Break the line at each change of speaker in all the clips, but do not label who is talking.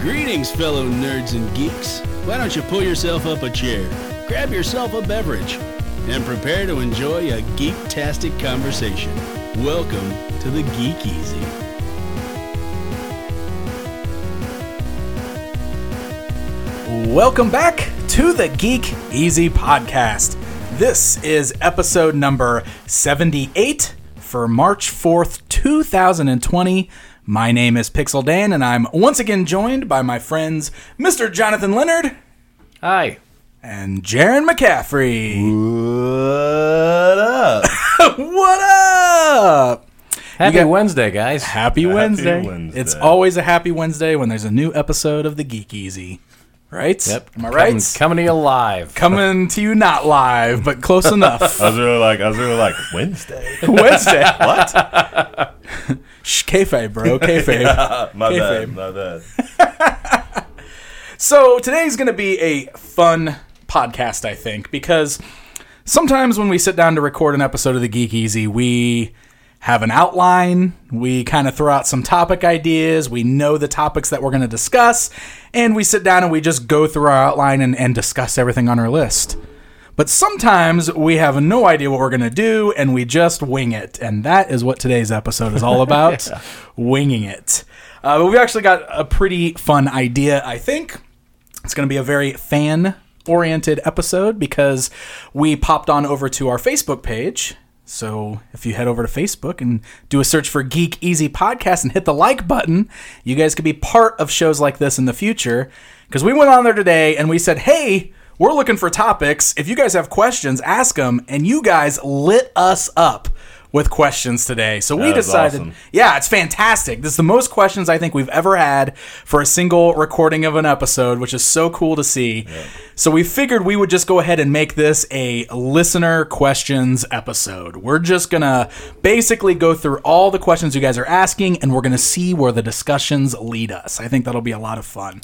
Greetings, fellow nerds and geeks. Why don't you pull yourself up a chair, grab yourself a beverage, and prepare to enjoy a geek-tastic conversation. Welcome to the Geek Easy.
Welcome back to the Geek Easy Podcast. This is episode number 78 for March 4th, 2020. My name is Pixel Dan, and I'm once again joined by my friends Mr. Jonathan Leonard
Hi.
and Jaron McCaffrey.
What up?
What up?
Happy
got-
Wednesday, guys.
Happy Wednesday.
Wednesday.
It's always a happy Wednesday when there's a new episode of the Geek Easy. Right?
Yep.
Am I
Coming-
right?
Coming to you live.
Coming to you not live, but close enough.
I was really like, I was really like Wednesday.
Wednesday. what? Shh, kayfabe, bro. Kayfabe.
My
Kayfabe.
bad, my bad.
So today's going to be a fun podcast, I think, because sometimes when we sit down to record an episode of the Geek Easy, we have an outline, we kind of throw out some topic ideas, we know the topics that we're going to discuss, and we sit down and we just go through our outline and, and discuss everything on our list. But sometimes we have no idea what we're going to do and we just wing it. And that is what today's episode is all about winging it. Uh, but we've actually got a pretty fun idea, I think. It's going to be a very fan oriented episode because we popped on over to our Facebook page. So if you head over to Facebook and do a search for Geek Easy Podcast and hit the like button, you guys could be part of shows like this in the future. Because we went on there today and we said, hey, we're looking for topics. If you guys have questions, ask them. And you guys lit us up with questions today. So we
That was
decided,
awesome.
yeah, it's fantastic. This is the most questions I think we've ever had for a single recording of an episode, which is so cool to see. So we figured we would just go ahead and make this a listener questions episode. We're just going to basically go through all the questions you guys are asking and we're going to see where the discussions lead us. I think that'll be a lot of fun.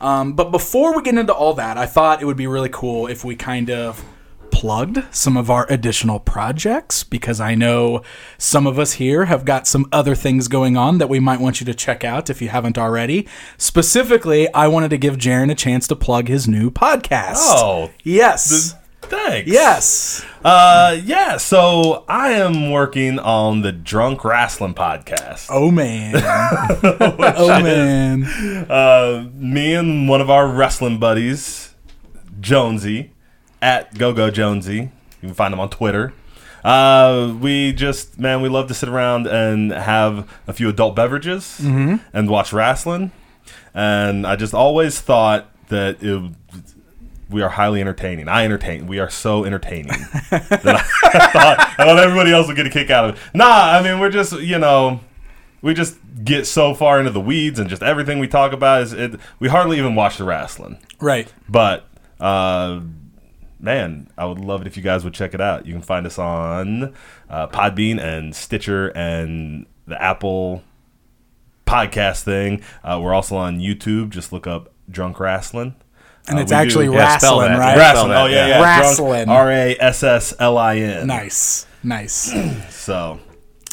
Um, but before we get into all that, I thought it would be really cool if we kind of plugged some of our additional projects because I know some of us here have got some other things going on that we might want you to check out if you haven't already. Specifically, I wanted to give Jaron a chance to plug his new podcast.
Oh,
yes.
thanks.
Yes.
Uh, yeah. So I am working on the Drunk Wrestling podcast.
Oh man. oh man.
Uh, me and one of our wrestling buddies, Jonesy, at GoGo Jonesy. You can find him on Twitter. Uh, we just, man, we love to sit around and have a few adult beverages and watch wrestling. And I just always thought that it, we are highly entertaining. I entertain. We are so entertaining that I thought, I thought everybody else would get a kick out of it. Nah, I mean, we're just, you know, we just get so far into the weeds and just everything we talk about is it we hardly even watch the wrestling
Right.
but uh man i would love it if you guys would check it out you can find us on uh, podbean and stitcher and the apple podcast thing uh, we're also on youtube just look up drunk wrestling
And
Uh,
it's
we do-
actually
yeah, spell
wrestling,
that.
right?
Wrestling.
Wrestling, oh yeah, yeah,
Wrestling.
R A S S L I N.
Nice. Nice.
So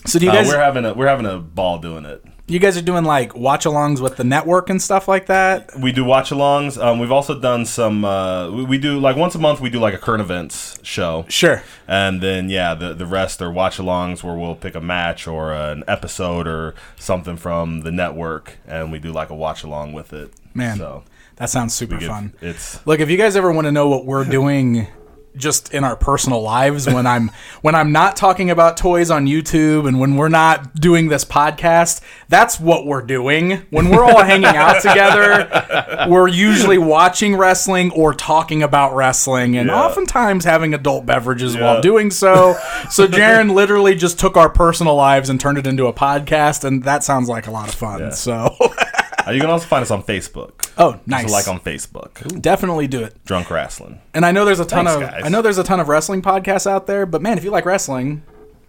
So do you
uh,
guys
we're having a we're having a ball doing it.
you guys are doing like watch alongs with the network and stuff like that?
we do watch alongs. Um, we've also done some. Uh, we, we do like once a month. We do like a current events show.
Sure.
And then yeah, the the rest are watch alongs where we'll pick a match or an episode or something from the network, and we do like a watch along with it.
Man.
so
That sounds super
it-
fun.
It's
Look, if you guys ever want to know what we're doing just in our personal lives when I'm when I'm not talking about toys on YouTube and when we're not doing this podcast, that's what we're doing. When we're all hanging out together, we're usually watching wrestling or talking about wrestling and
Yeah.
oftentimes having adult beverages while
Yeah.
doing so. So Jaron literally just took our personal lives and turned it into a podcast and that sounds like a lot of fun. So
uh, you can also find us on Facebook.
Oh,
So
nice.
like on Facebook,
Definitely do it.
drunk wrestling.
And I know there's a ton
Thanks,
of
guys.
I know there's a ton of wrestling podcasts out there, but man, if you like wrestling,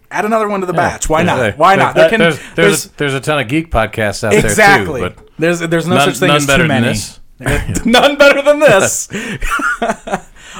add another one to the batch. Why
There-
not? Why
there-
not? There
there-
can-
there's, there's, a, there's a ton of geek podcasts out
exactly.
there too, but
there's there's no
none,
such thing
none
as
better
too many.
than this.
none better than this.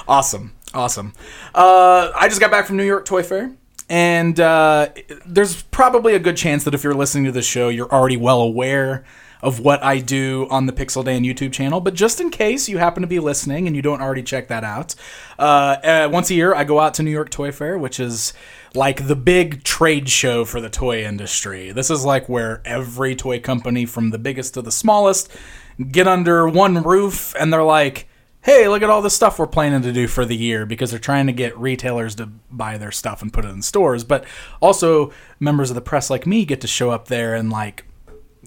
awesome, awesome. Uh, I just got back from New York Toy Fair, and uh, there's probably a good chance that if you're listening to the show, you're already well aware of what I do on the Pixel Dan YouTube channel. But just in case you happen to be listening and you don't already check that out, uh, uh, once a year I go out to New York Toy Fair, which is like the big trade show for the toy industry. This is like where every toy company, from the biggest to the smallest, get under one roof and they're like, hey, look at all the stuff we're planning to do for the year because they're trying to get retailers to buy their stuff and put it in stores. But also, members of the press like me get to show up there and like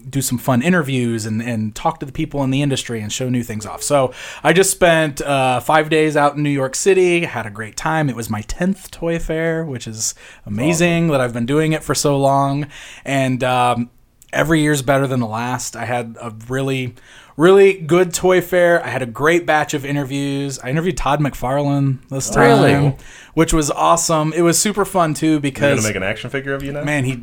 do some fun interviews and, and talk to the people in the industry and show new things off. So I just spent uh, five days out in New York City, had a great time. It was my 10th toy fair, which is amazing that I've been doing it for so long. And um, every year's better than the last. I had a really, really good toy fair. I had a great batch of interviews. I interviewed Todd McFarlane this time,
Really?
which was awesome. It was super fun too
They're
because
gonna make an action figure of you now.
man he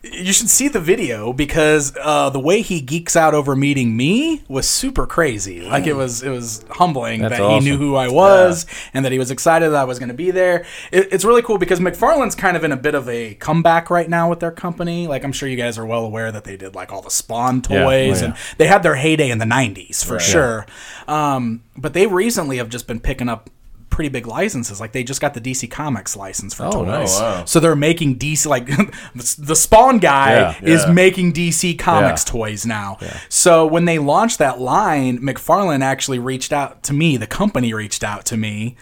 you should see the video because uh, the way he geeks out over meeting me was super crazy like it was it was humbling
That's
that
awesome.
he knew who i was and that he was excited that i was going to be there it, it's really cool because mcfarlane's kind of in a bit of a comeback right now with their company like i'm sure you guys are well aware that they did like all the spawn toys
Yeah.
and
Oh, yeah.
they had their heyday in the 90s for sure um, but they recently have just been picking up pretty big licenses like they just got the dc comics license for toys
Oh, nice.
wow.
so they're making DC like the Spawn guy
Yeah.
is
Yeah.
making DC Comics
Yeah.
toys now. So when they launched that line, McFarlane actually reached out to me. The company reached out to me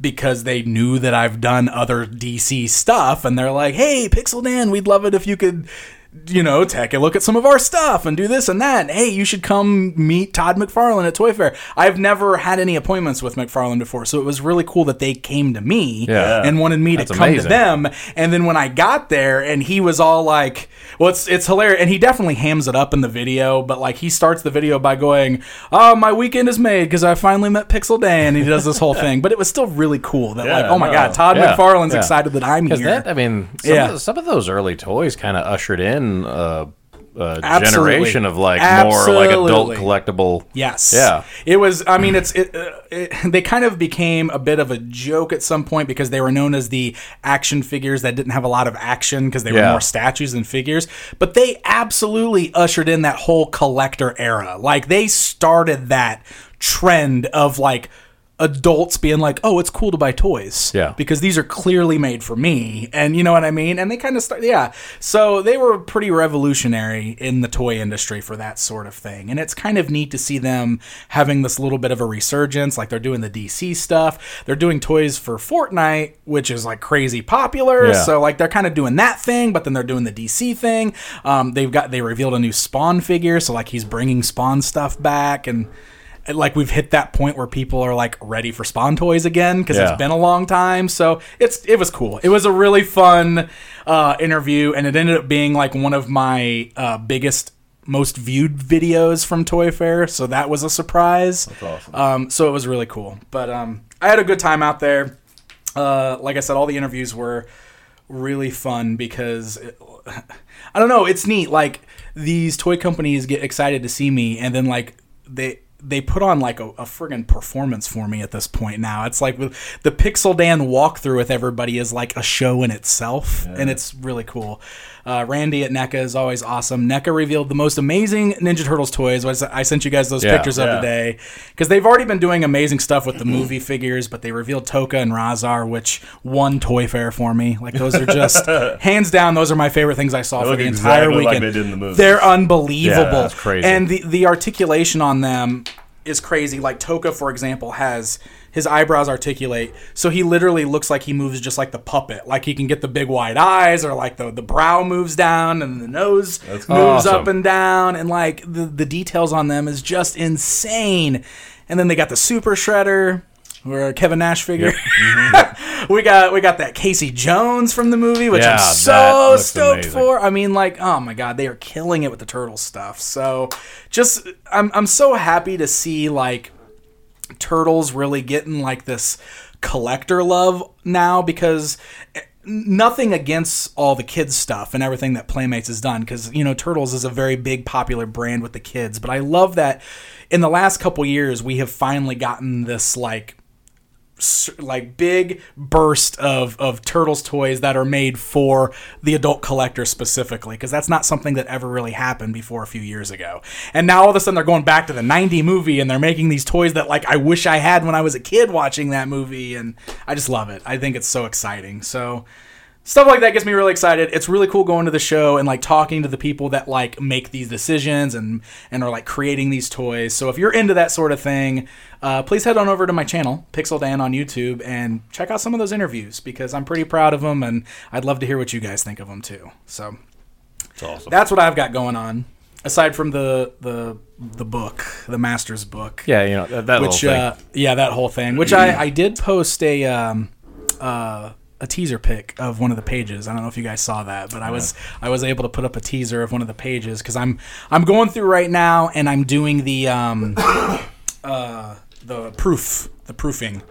because they knew that I've done other DC stuff, and they're like, "Hey, Pixel Dan, we'd love it if you could." You know, take a look at some of our stuff and do this and that. Hey, you should come meet Todd McFarlane at Toy Fair. I've never had any appointments with McFarlane before, so it was really cool that they came to me
Yeah.
and wanted me to
That's
come to
amazing.
them. And then when I got there, and he was all like, "Well, it's it's hilarious," and he definitely hams it up in the video. But like, he starts the video by going, "Oh, my weekend is made because I finally met Pixel Dan." He does this whole thing, but it was still really cool that like,
Yeah,
oh my
no.
god, Todd
Yeah,
McFarlane's
yeah.
excited that I'm here.
Because that, I mean, some,
Yeah.
of, the- some of those early toys kind of ushered in a, a
Absolutely.
generation of like more
Absolutely.
like adult collectible.
Yes.
Yeah.
It was. I mean, it's. It, uh, it, they kind of became a bit of a joke at some point because they were known as the action figures that didn't have a lot of action because they were
Yeah.
more statues than figures. But they absolutely ushered in that whole collector era. Like they started that trend of like adults being like, "Oh, it's cool to buy toys."
Yeah.
Because these are clearly made for me, and you know what I mean. And they kind of start. Yeah. So they were pretty revolutionary in the toy industry for that sort of thing, and it's kind of neat to see them having this little bit of a resurgence. Like they're doing the DC stuff. They're doing toys for Fortnite, which is like crazy popular.
Yeah.
So like they're kind of doing that thing, but then they're doing the DC thing. Um, they've got they revealed a new Spawn figure, so like he's bringing Spawn stuff back, and like we've hit that point where people are like ready for Spawn toys again because
Yeah.
it's been a long time. So it's it was cool. It was a really fun uh, interview, and it ended up being like one of my uh, biggest. Most viewed videos from Toy Fair, so that was a surprise. That's
awesome.
Um, so it was really cool, but um, I had a good time out there uh, like I said, all the interviews were really fun because I don't know, it's neat. Like these toy companies get excited to see me, and then like they they put on like a, a friggin' performance for me at this point now. It's like with the Pixel Dan walkthrough with everybody is like a show in itself, and it's really cool. Uh, Randy at NECA is always awesome. NECA revealed the most amazing Ninja Turtles toys. Was- I sent you guys those
Yeah.
pictures of
Yeah.
the day because they've already been doing amazing stuff with the movie figures, but they revealed Toka and Razar, which won Toy Fair for me. Like those are just hands down, those are my favorite things I saw for
look
the entire
exactly like
weekend.
they did in the movies.
are unbelievable.
Yeah, that's crazy.
And the the articulation on them is crazy. Like Toka, for example, has his eyebrows articulate, so he literally looks like he moves just like the puppet. Like he can get the big wide eyes, or like the the brow moves down and the nose moves
awesome.
up and down, and like the the details on them is just insane. And then they got the super shredder. Or a Kevin Nash figure. we got we got that Casey Jones from the movie, which
Yeah,
I'm
that
so
looks
stoked
amazing.
for. I mean, like, oh my god, they are killing it with the turtle stuff. So, just I'm I'm so happy to see like turtles really getting like this collector love now because eh, nothing against all the kids stuff and everything that playmates has done because you know turtles is a very big popular brand with the kids but i love that in the last couple years we have finally gotten this like s- like big burst of of turtles toys that are made for the adult collector specifically because that's not something that ever really happened before a few years ago and now all of a sudden they're going back to the 90 movie and they're making these toys that like i wish i had when i was a kid watching that movie and i just love it i think it's so exciting so stuff like that gets me really excited. It's really cool going to the show and like talking to the people that like make these decisions and and are like creating these toys. So if you're into that sort of thing, uh, please head on over to my channel Pixel Dan on YouTube and check out some of those interviews because I'm pretty proud of them and I'd love to hear what you guys think of them too. So
It's awesome.
that's what I've got going on aside from the the the book, the master's book
Yeah, you know that, that
which
little thing.
uh, yeah that whole thing which I, I did post a um, uh, a teaser pic of one of the pages i don't know if you guys saw that but i was i was able to put up a teaser of one of the pages because i'm i'm going through right now and i'm doing the um, uh, the proof the proofing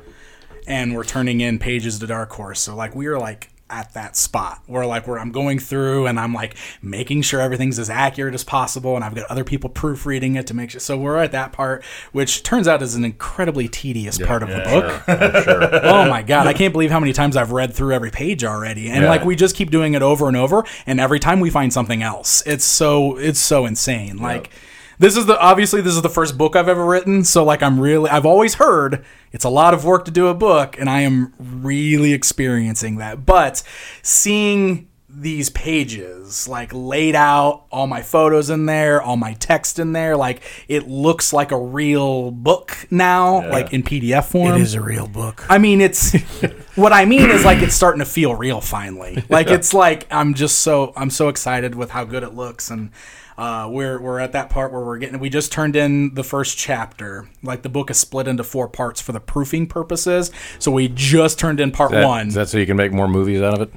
and we're turning in pages to Dark Horse. So like we are like at that spot where like where I'm going through and I'm like making sure everything's as accurate as possible and I've got other people proofreading it to make sure so we're at that part which turns out is an incredibly tedious part of the book.
I'm sure.
Oh my god, I can't believe how many times I've read through every page already. And
Yeah.
like we just keep doing it over and over and every time we find something else. It's so it's so insane. Like this is the obviously this is the first book I've ever written, so like I'm really I've always heard it's a lot of work to do a book and I am really experiencing that. But seeing these pages like laid out all my photos in there all my text in there like it looks like a real book now like in pdf form
It is a real book.
I mean, it's what I mean is like it's starting to feel real finally. Like it's like I'm just so I'm so excited with how good it looks, and uh, we're we're at that part where we're getting. We just turned in the first chapter. Like the book is split into four parts for the proofing purposes. So we just turned in part
That-
one.
Is that so you can make more movies out of it?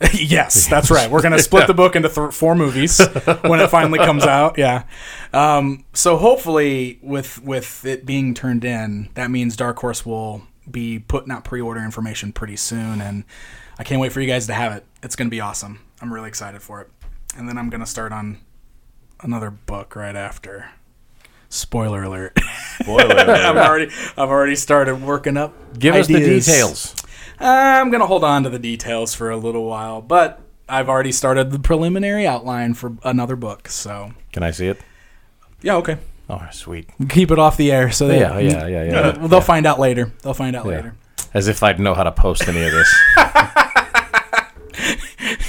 yes, that's right. We're gonna split the book into th- four movies when it finally comes out. Yeah. Um, so hopefully, with with it being turned in, that means Dark Horse will be putting out pre order information pretty soon, and I can't wait for you guys to have it. It's gonna be awesome. I'm really excited for it, and then I'm gonna start on another book right after. Spoiler alert! I've already I've already started working up.
Give us the
ideas.
details.
Eh, I'm going to hold on to the details for a little while, but I've already started the preliminary outline for another book. So,
Can I see it?
yeah, okay.
Oh, sweet.
Keep it off the air so they,
Yeah, yeah, yeah, yeah.
They'll find out later. They'll find out later.
As if I'd know how to post any of this.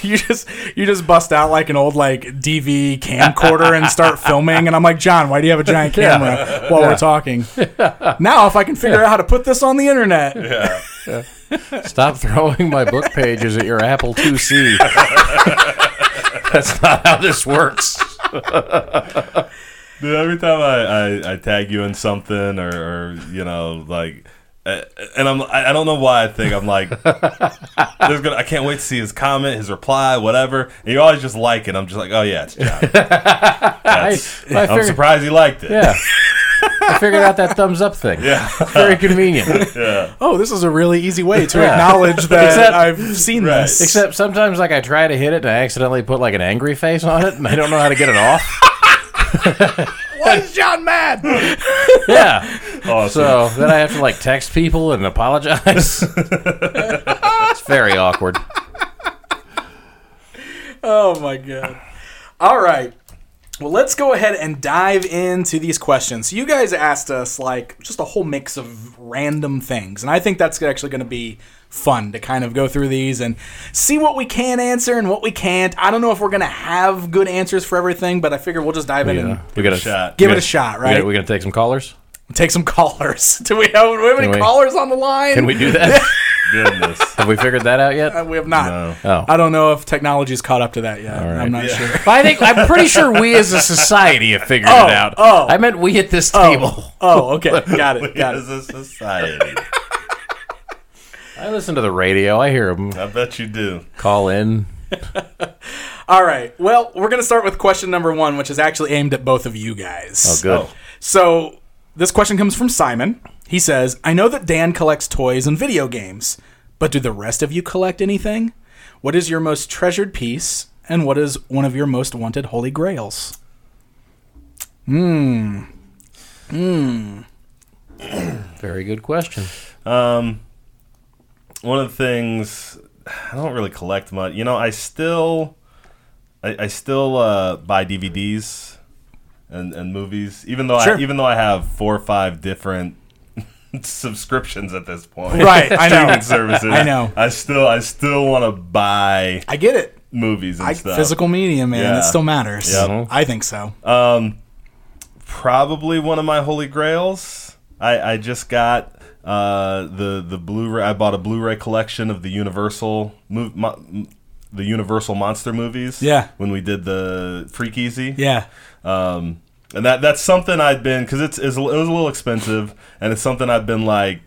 You just you just bust out like an old like DV camcorder and start filming and I'm like, "John, why do you have a giant camera while we're talking?" Now, if I can figure out how to put this on the internet.
Stop throwing my book pages at your Apple IIc. That's not how this works.
Dude, every time I, I, I tag you in something or, or you know like, uh, and I'm I I don't know why I think I'm like, there's gonna I can't wait to see his comment, his reply, whatever. And you always just like it. I'm just like, oh yeah, it's John. That's-
I
I'm
figured-
surprised he liked it.
Yeah. I figured out that thumbs up thing. Yeah. Very convenient.
Oh, this is a really easy way to
Yeah.
acknowledge that
Except-
I've seen
Right.
this.
Except sometimes like I try to hit it and I accidentally put like an angry face on it and I don't know how to get it off.
why is John mad?
Yeah.
Awesome.
So then I have to like text people and apologize. it's very awkward.
Oh my god. All right. Well, let's go ahead and dive into these questions. So you guys asked us like just a whole mix of random things, and I think that's actually going to be fun to kind of go through these and see what we can answer and what we can't. I don't know if we're going to have good answers for everything, but I figure we'll just dive in and
Yeah. We gotta
shot.
give
we
it a
gotta-
shot,
we gotta-
right?
we gonna take some callers?
Take some callers. Do we have, do we have any
Can we-
callers on the line?
Can we do that?
Goodness.
have we figured that out yet?
Uh, we have not.
Oh.
I don't know if technology's caught up to that yet.
right.
I'm not
Yeah.
sure.
But I think I'm pretty sure we as a society have figured
Oh,
it out.
oh.
I meant we at this table.
Oh, okay. Got it. Got it.
As a society,
I listen to the radio. I hear them
I bet you do.
call in.
All right. Well, we're going to start with question number one, which is actually aimed at both of you guys.
Oh, good.
Oh.
So, this question comes from Simon. He says, I know that Dan collects toys and video games, but do the rest of you collect anything? What is your most treasured piece, and what is one of your most wanted holy grails?
Very good question.
Um, one of the things I don't really collect much. You know, I still, I, I still uh, buy DVDs and, and movies, even though
Sure.
I even though I have four or five different subscriptions at this point.
Right, I know.
Streaming services.
I know.
I still, I still want to buy
I get it.
movies and
I,
stuff.
physical media, man,
Yeah.
it still matters.
Yep.
I think so.
probably one of my holy grails. I, I just got uh, the the Blu-ray. I bought a Blu-ray collection of the Universal mov- mo- m- the Universal monster movies.
Yeah.
when we did the Freak Easy.
yeah,
um, and that that's something I'd been because it's, it's it was a little expensive, and it's something I've been like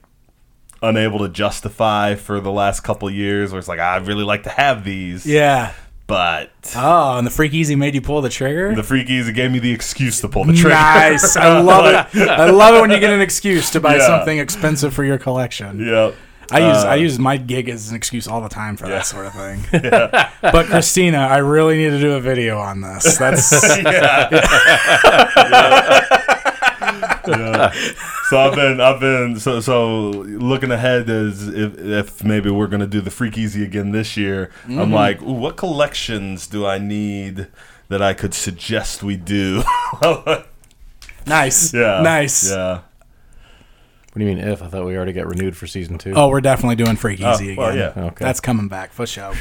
unable to justify for the last couple years. Where it's like I'd really like to have these.
yeah.
but
Oh, and the freak easy made you pull the trigger.
the Freak Easy gave me the excuse to pull the trigger.
Nice, I love it. I love it when you get an excuse to buy
Yeah.
something expensive for your collection.
Yep.
I use I use my gig as an excuse all the time for that sort of thing. But Christina, I really need to do a video on this. That's
So I've been, I've been, so so looking ahead is if, if maybe we're gonna do the Freak Easy again this year. I'm
Mm-hmm.
like, Ooh, what collections do I need that I could suggest we do?
nice.
yeah,
Nice.
Yeah,
What do you mean if? I thought we already got renewed for season two.
Oh, we're definitely doing Freak Easy again.
well, yeah.
Okay.
That's coming back for sure.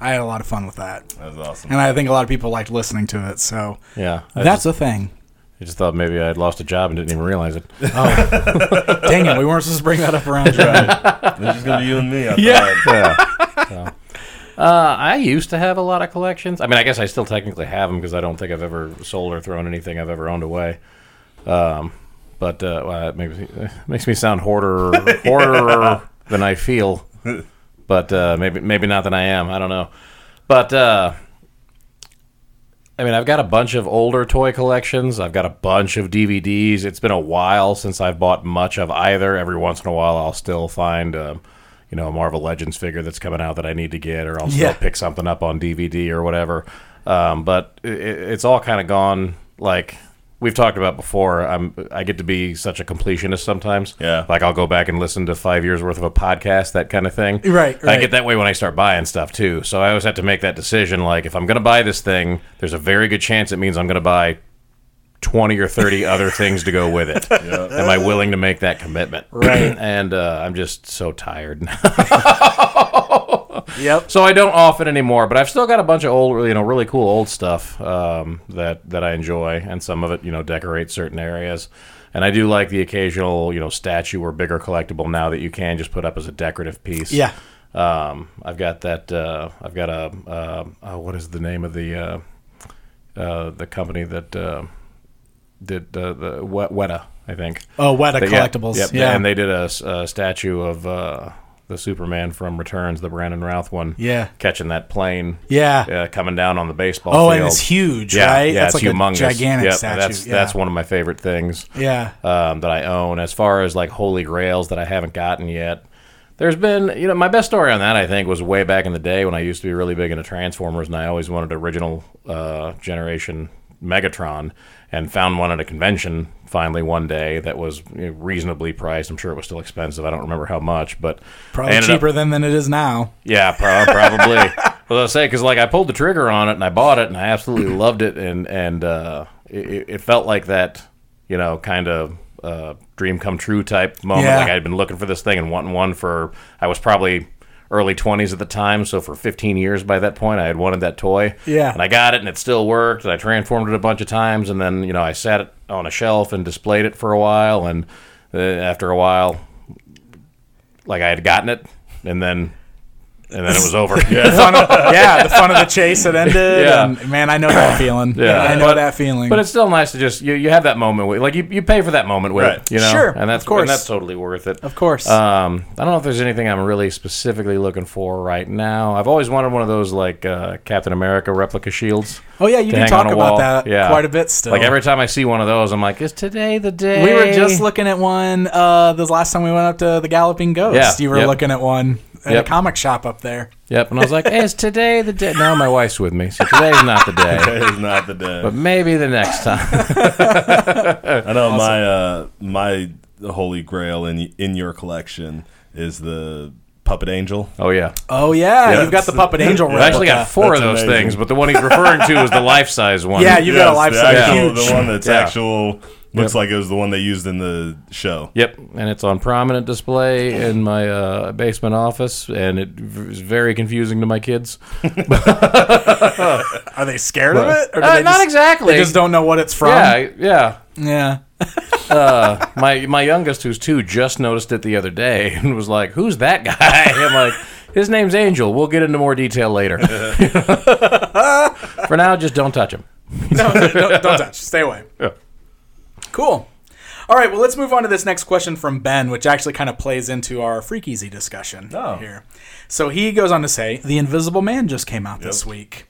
I had a lot of fun with that.
that was awesome.
And I think a lot of people liked listening to it, so
Yeah. I
that's
just,
a thing.
I just thought maybe I had lost a job and didn't even realize it.
Dang it, we weren't supposed to bring that up around you.
It's just gonna be you and me. I
Yeah.
thought.
Uh, I used to have a lot of collections. I mean, I guess I still technically have them because I don't think I've ever sold or thrown anything I've ever owned away. Um, but uh, well, it makes me, it makes me sound hoarder hoarder than I feel. But uh, maybe maybe not than I am. I don't know. But uh, I mean, I've got a bunch of older toy collections. I've got a bunch of DVDs. It's been a while since I've bought much of either. Every once in a while, I'll still find, um, you know, a Marvel Legends figure that's coming out that I need to get, or I'll still
Yeah.
pick something up on DVD or whatever. Um, but i i- it's all kind of gone. Like we've talked about before, I'm I get to be such a completionist sometimes.
Yeah.
like I'll go back and listen to five years worth of a podcast, that kind of thing.
Right,
I
right.
get that way when I start buying stuff too. So I always have to make that decision. Like if I'm going to buy this thing, there's a very good chance it means I'm going to buy twenty or thirty other things to go with it. Am I willing to make that commitment?
Right.
and uh, I'm just so tired now.
yep.
So I don't often anymore, but I've still got a bunch of old, you know, really cool old stuff um, that that I enjoy, and some of it, you know, decorates certain areas. And I do like the occasional, you know, statue or bigger collectible now that you can just put up as a decorative piece.
Yeah.
Um, I've got that. Uh, I've got a. Uh, oh, what is the name of the uh, uh, the company that uh, did uh, the Wet- Weta? I think.
Oh, Weta
They- yeah,
collectibles.
yep,
yeah.
and they did a, s- a statue of uh, the Superman from Returns, the Brandon Routh one.
Yeah.
catching that plane.
Yeah.
uh, coming down on the baseball.
oh,
field.
and it's huge,
Yeah,
right?
yeah,
that's
it's
like
humongous.
a gigantic
Yep,
statue.
That's
yeah.
that's one of my favorite things
Yeah.
um, that I own. As far as like holy grails that I haven't gotten yet, there's been you know my best story on that I think was way back in the day when I used to be really big into Transformers and I always wanted original uh, generation Megatron and found one at a convention finally one day that was you know, reasonably priced. I'm sure it was still expensive. I don't remember how much, but I
Probably
ended up-
cheaper than, than it is now.
yeah, pro- probably. well, I say because like I pulled the trigger on it and I bought it and I absolutely loved it and and uh, it, it felt like that you know kind of uh, dream come true type moment.
Yeah.
Like I had been looking for this thing and wanting one for I was probably early 20s at the time so for 15 years by that point i had wanted that toy
Yeah.
and i got it and it still worked and i transformed it a bunch of times and then you know i sat it on a shelf and displayed it for a while and uh, after a while like I had gotten it, and then and then it was over. yeah,
The fun of, yeah, the fun of the chase had ended.
Yeah.
And, man, I know that feeling.
Yeah.
I know
But-
that feeling.
but it's still nice to just you, you have that moment with like you, you pay for that moment with
Right.
it, you know,
Sure,
and that's
of course.
and that's totally worth it.
of course.
Um, I don't know if there's anything I'm really specifically looking for right now. I've always wanted one of those like uh, Captain America replica shields.
Oh, yeah, you
to
do
hang
talk
on a
about
wall.
that
yeah.
quite a bit still.
Like every time I see one of those, I'm like, is today the day?
we were just looking at one uh, this last time we went up to the Galloping Ghost.
Yeah,
You were
yep.
looking at one at
Yep.
a comic shop up there.
Yep, and I was like, is today the day? No, my wife's with me, so today's not the day.
It is not the day.
But maybe the next time.
I know my uh, my holy grail in in your collection is the Puppet Angel.
Oh yeah,
Oh yeah,
Yeah,
you've got the
it's-
puppet angel.
I've actually got
replica.
four of
That's
those
amazing.
things, but the one he's referring to is the life-size one.
Yeah, you've got a life
the
size
actual-
huge.
The one that's
Yeah.
actual looks like it was the one they used in the show.
Yep, and it's on prominent display in my uh, basement office, and it v- is very confusing to my kids.
Are they scared of it? Or do
Uh,
they
not
just-
exactly.
They just don't know what it's from.
yeah, yeah.
Yeah.
Uh, my my youngest, who's two, just noticed it the other day and was like, "Who's that guy?" I'm like, "His name's Angel. We'll get into more detail later." For now, just don't touch him.
no, no, don't, don't touch. Stay away.
Yeah.
Cool. All right, well, let's move on to this next question from Ben, which actually kind of plays into our Freakeasy discussion
Oh.
here. So he goes on to say, The Invisible Man just came out this week.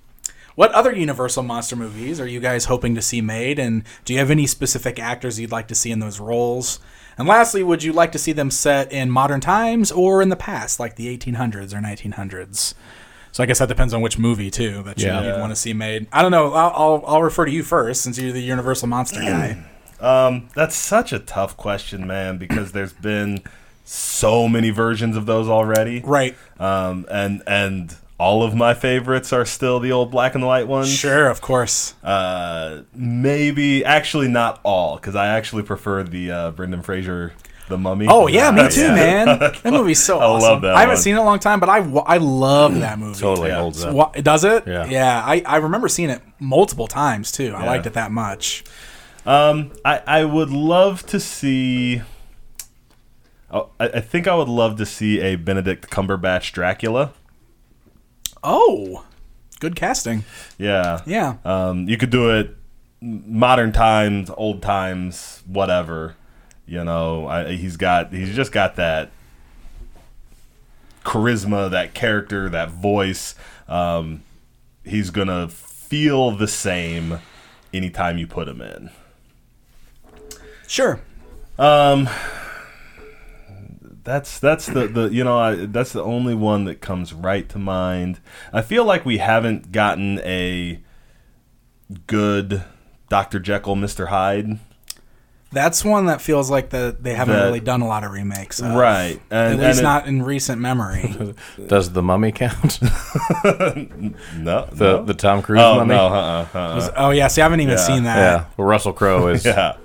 What other Universal Monster movies are you guys hoping to see made? And do you have any specific actors you'd like to see in those roles? And lastly, would you like to see them set in modern times or in the past, like the 1800s or 1900s? So I guess that depends on which movie too that you,
Yeah.
would want to see made. I don't know. I'll, I'll I'll refer to you first since you're the Universal Monster guy.
Um, that's such a tough question, man, because there's been so many versions of those already.
Right.
Um, and and all of my favorites are still the old black and white ones.
Sure, of course.
Uh, maybe actually not all, because I actually prefer the uh, Brendan Fraser, the Mummy.
Oh yeah, me too,
Yeah.
man. That movie's so
I love
awesome.
that
I haven't
one.
seen it in a long time, but I, wa- I love that movie.
Totally
Yeah.
holds up.
Wha- does it?
Yeah.
Yeah. I, I remember seeing it multiple times too. I liked it that much.
Um, I, I would love to see. Oh, I, I think I would love to see a Benedict Cumberbatch Dracula.
Oh, good casting.
Yeah.
Yeah.
Um, you could do it modern times, old times, whatever. You know, I, he's got he's just got that charisma, that character, that voice. Um, he's gonna feel the same anytime you put him in.
Sure.
That's that's the, the you know I, that's the only one that comes right to mind. I feel like we haven't gotten a good Doctor Jekyll, Mister Hyde.
That's one that feels like the, they haven't
That-
really done a lot of remakes. Of.
Right,
At
and,
least
and it-
not in recent memory.
Does the mummy count?
no
The
no.
the Tom Cruise
oh
mummy?
no uh-uh, uh-uh.
oh yeah, see, I haven't even
Yeah.
seen that.
Yeah. Well, Russell Crowe is
yeah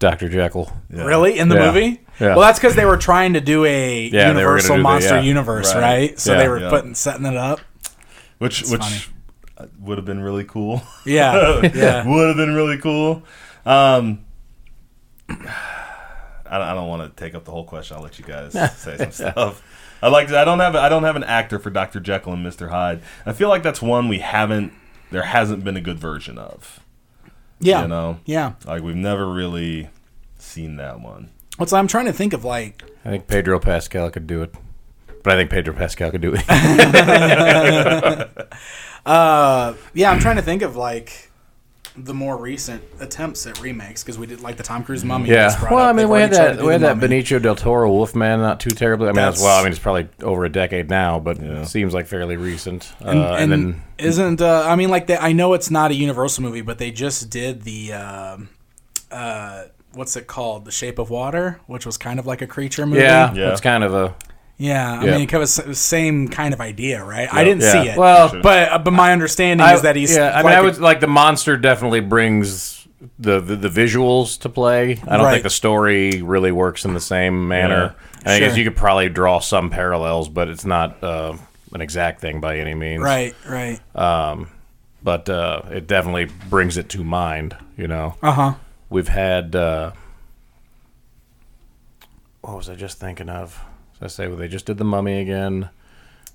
Dr. Jekyll.
yeah.
Really? In the
Yeah.
movie?
Yeah.
Well, that's because they were trying to do a
they were
Universal
gonna do the-
Monster
yeah.
Universe, right?
Right.
So
Yeah.
they were
Yeah.
putting setting it up.
which which
funny.
would have been really cool.
Yeah, yeah.
would have been really cool. Um, I don't, I don't want to take up the whole question. I'll let you guys say some stuff. I like. I don't have. I don't have an actor for Doctor Jekyll and Mister Hyde. I feel like that's one we haven't. There hasn't been a good version of.
yeah.
You know.
Yeah.
Like we've never really seen that one.
What's I'm trying to think of like
I think Pedro Pascal could do it. But I think Pedro Pascal could do it.
uh yeah, I'm trying to think of like the more recent attempts at remakes because we did like the Tom Cruise
Mm-hmm.
Mummy. you just
Yeah.
brought
Well,
up.
I mean,
They've
we had
already tried to
that
do
we
the
had that
Mummy.
Benicio del Toro Wolfman not too terribly. I mean, that's,
That's-
well, I mean, it's probably over a decade now, but it seems like fairly recent. And, uh,
and,
and, then
isn't uh, I mean like they, I know it's not a Universal movie, but they just did the um uh, what's it called, The Shape of Water, which was kind of like a creature movie.
yeah,
Yeah.
it's kind of a
yeah. I
Yeah.
mean, kind of s- same kind of idea, right? I didn't
yeah.
see it.
Well,
but uh, but my understanding
I,
is that he's
yeah. I mean,
like
I
a-
would like the monster definitely brings the the, the visuals to play. I don't
Right.
think the story really works in the same manner. I
Sure.
guess you could probably draw some parallels, but it's not uh, an exact thing by any means.
right, right,
But uh, it definitely brings it to mind. You know.
uh huh.
We've had. Uh, what was I just thinking of? So I say well, they just did the Mummy again.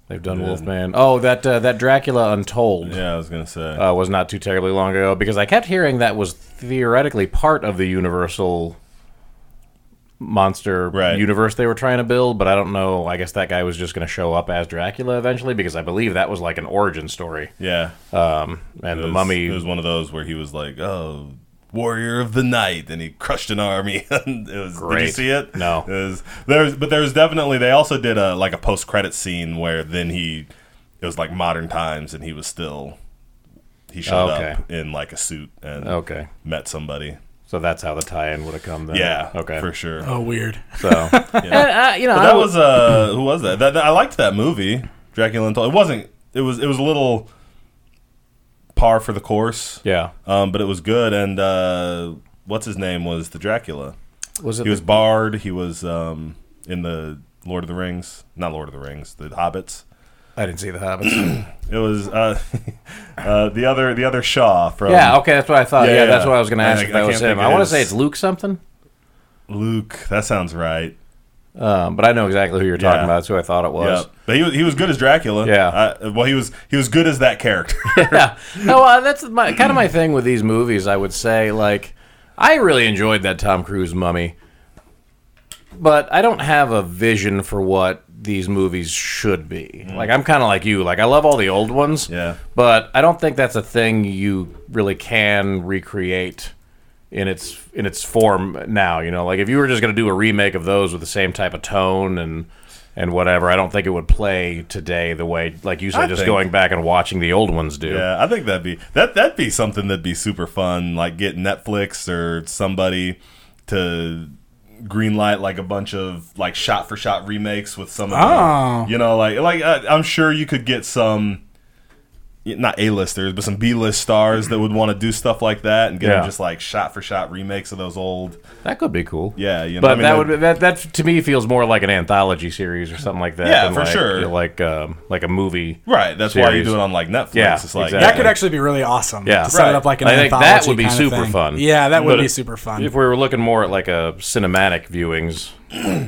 They've done Wolfman. Oh, that uh, that Dracula Untold
Yeah, I was gonna say.
uh, was not too terribly long ago because I kept hearing that was theoretically part of the Universal monster
Right.
universe they were trying to build, but I don't know. I guess that guy was just going to show up as Dracula eventually because I believe that was like an origin story.
yeah.
Um, and
It
the
was-
mummy.
It was one of those where he was like, "Oh, warrior of the night," and he crushed an army. And it was. Did you
Great.
see it?
No.
It was, there was, but there was definitely. They also did a like a post credit scene where then he, it was like modern times, and he was still, he showed
Okay.
up in like a suit and
Okay.
met somebody.
So that's how the tie-in would have come then.
Yeah.
Okay.
For sure.
Oh, weird.
So
Yeah.
Uh, you know, I
But that
would-
was uh, who was that? that? that- I liked that movie, Dracula Untold. It wasn't. It was. It was a little par for the course.
yeah,
Um, but it was good. And uh, what's his name was the Dracula.
was it?
He was Bard. He was um, in the Lord of the Rings. Not Lord of the Rings. The Hobbits.
I didn't see the Hobbits.
It was uh, uh, the other the other Shaw from
yeah. Okay. That's what I thought.
Yeah,
Yeah.
yeah.
That's what I was going to
I-
ask
I
if that
can't
was him.
think
I
of
want to
his-
say it's Luke something,
Luke. That sounds right.
um, but I know exactly who you're talking
Yeah.
about. That's who I thought it was.
Yeah, but he was, he was good as Dracula.
Yeah.
Uh, well, he was he was good as that character.
yeah. No, uh, that's my kind of my thing with these movies. I would say, like, I really enjoyed that Tom Cruise Mummy, but I don't have a vision for what these movies should be. Like, I'm kind of like you. Like, I love all the old ones.
Mm-hmm. Yeah.
But I don't think that's a thing you really can recreate in its in its form now. You know, like if you were just going to do a remake of those with the same type of tone and and whatever, I don't think it would play today the way, like you said,
I
just
think-
going back and watching the old ones do.
Yeah, I think that'd be that that'd be something that'd be super fun. Like get Netflix or somebody to greenlight like a bunch of like shot for shot remakes with some of the,
Ah.
Oh.
you know, like like I, I'm sure you could get some not A listers, but some B list stars that would want to do stuff like that and get
Yeah.
them just like shot for shot remakes of those old.
That could be cool.
Yeah, you know,
But
I mean,
that
that-
would be, that that to me feels more like an anthology series or something like that.
Yeah,
than
for
like,
sure.
Like um, like a movie.
Right, that's why you
Series.
do it on like Netflix.
Yeah,
it's like
exactly.
That could actually be really awesome.
Yeah.
to set
Right.
it up like an
I think that
anthology
would be
kinda
super
thing.
fun.
Yeah, that would
But
be
if-
super fun.
If we were looking more at like a cinematic viewings,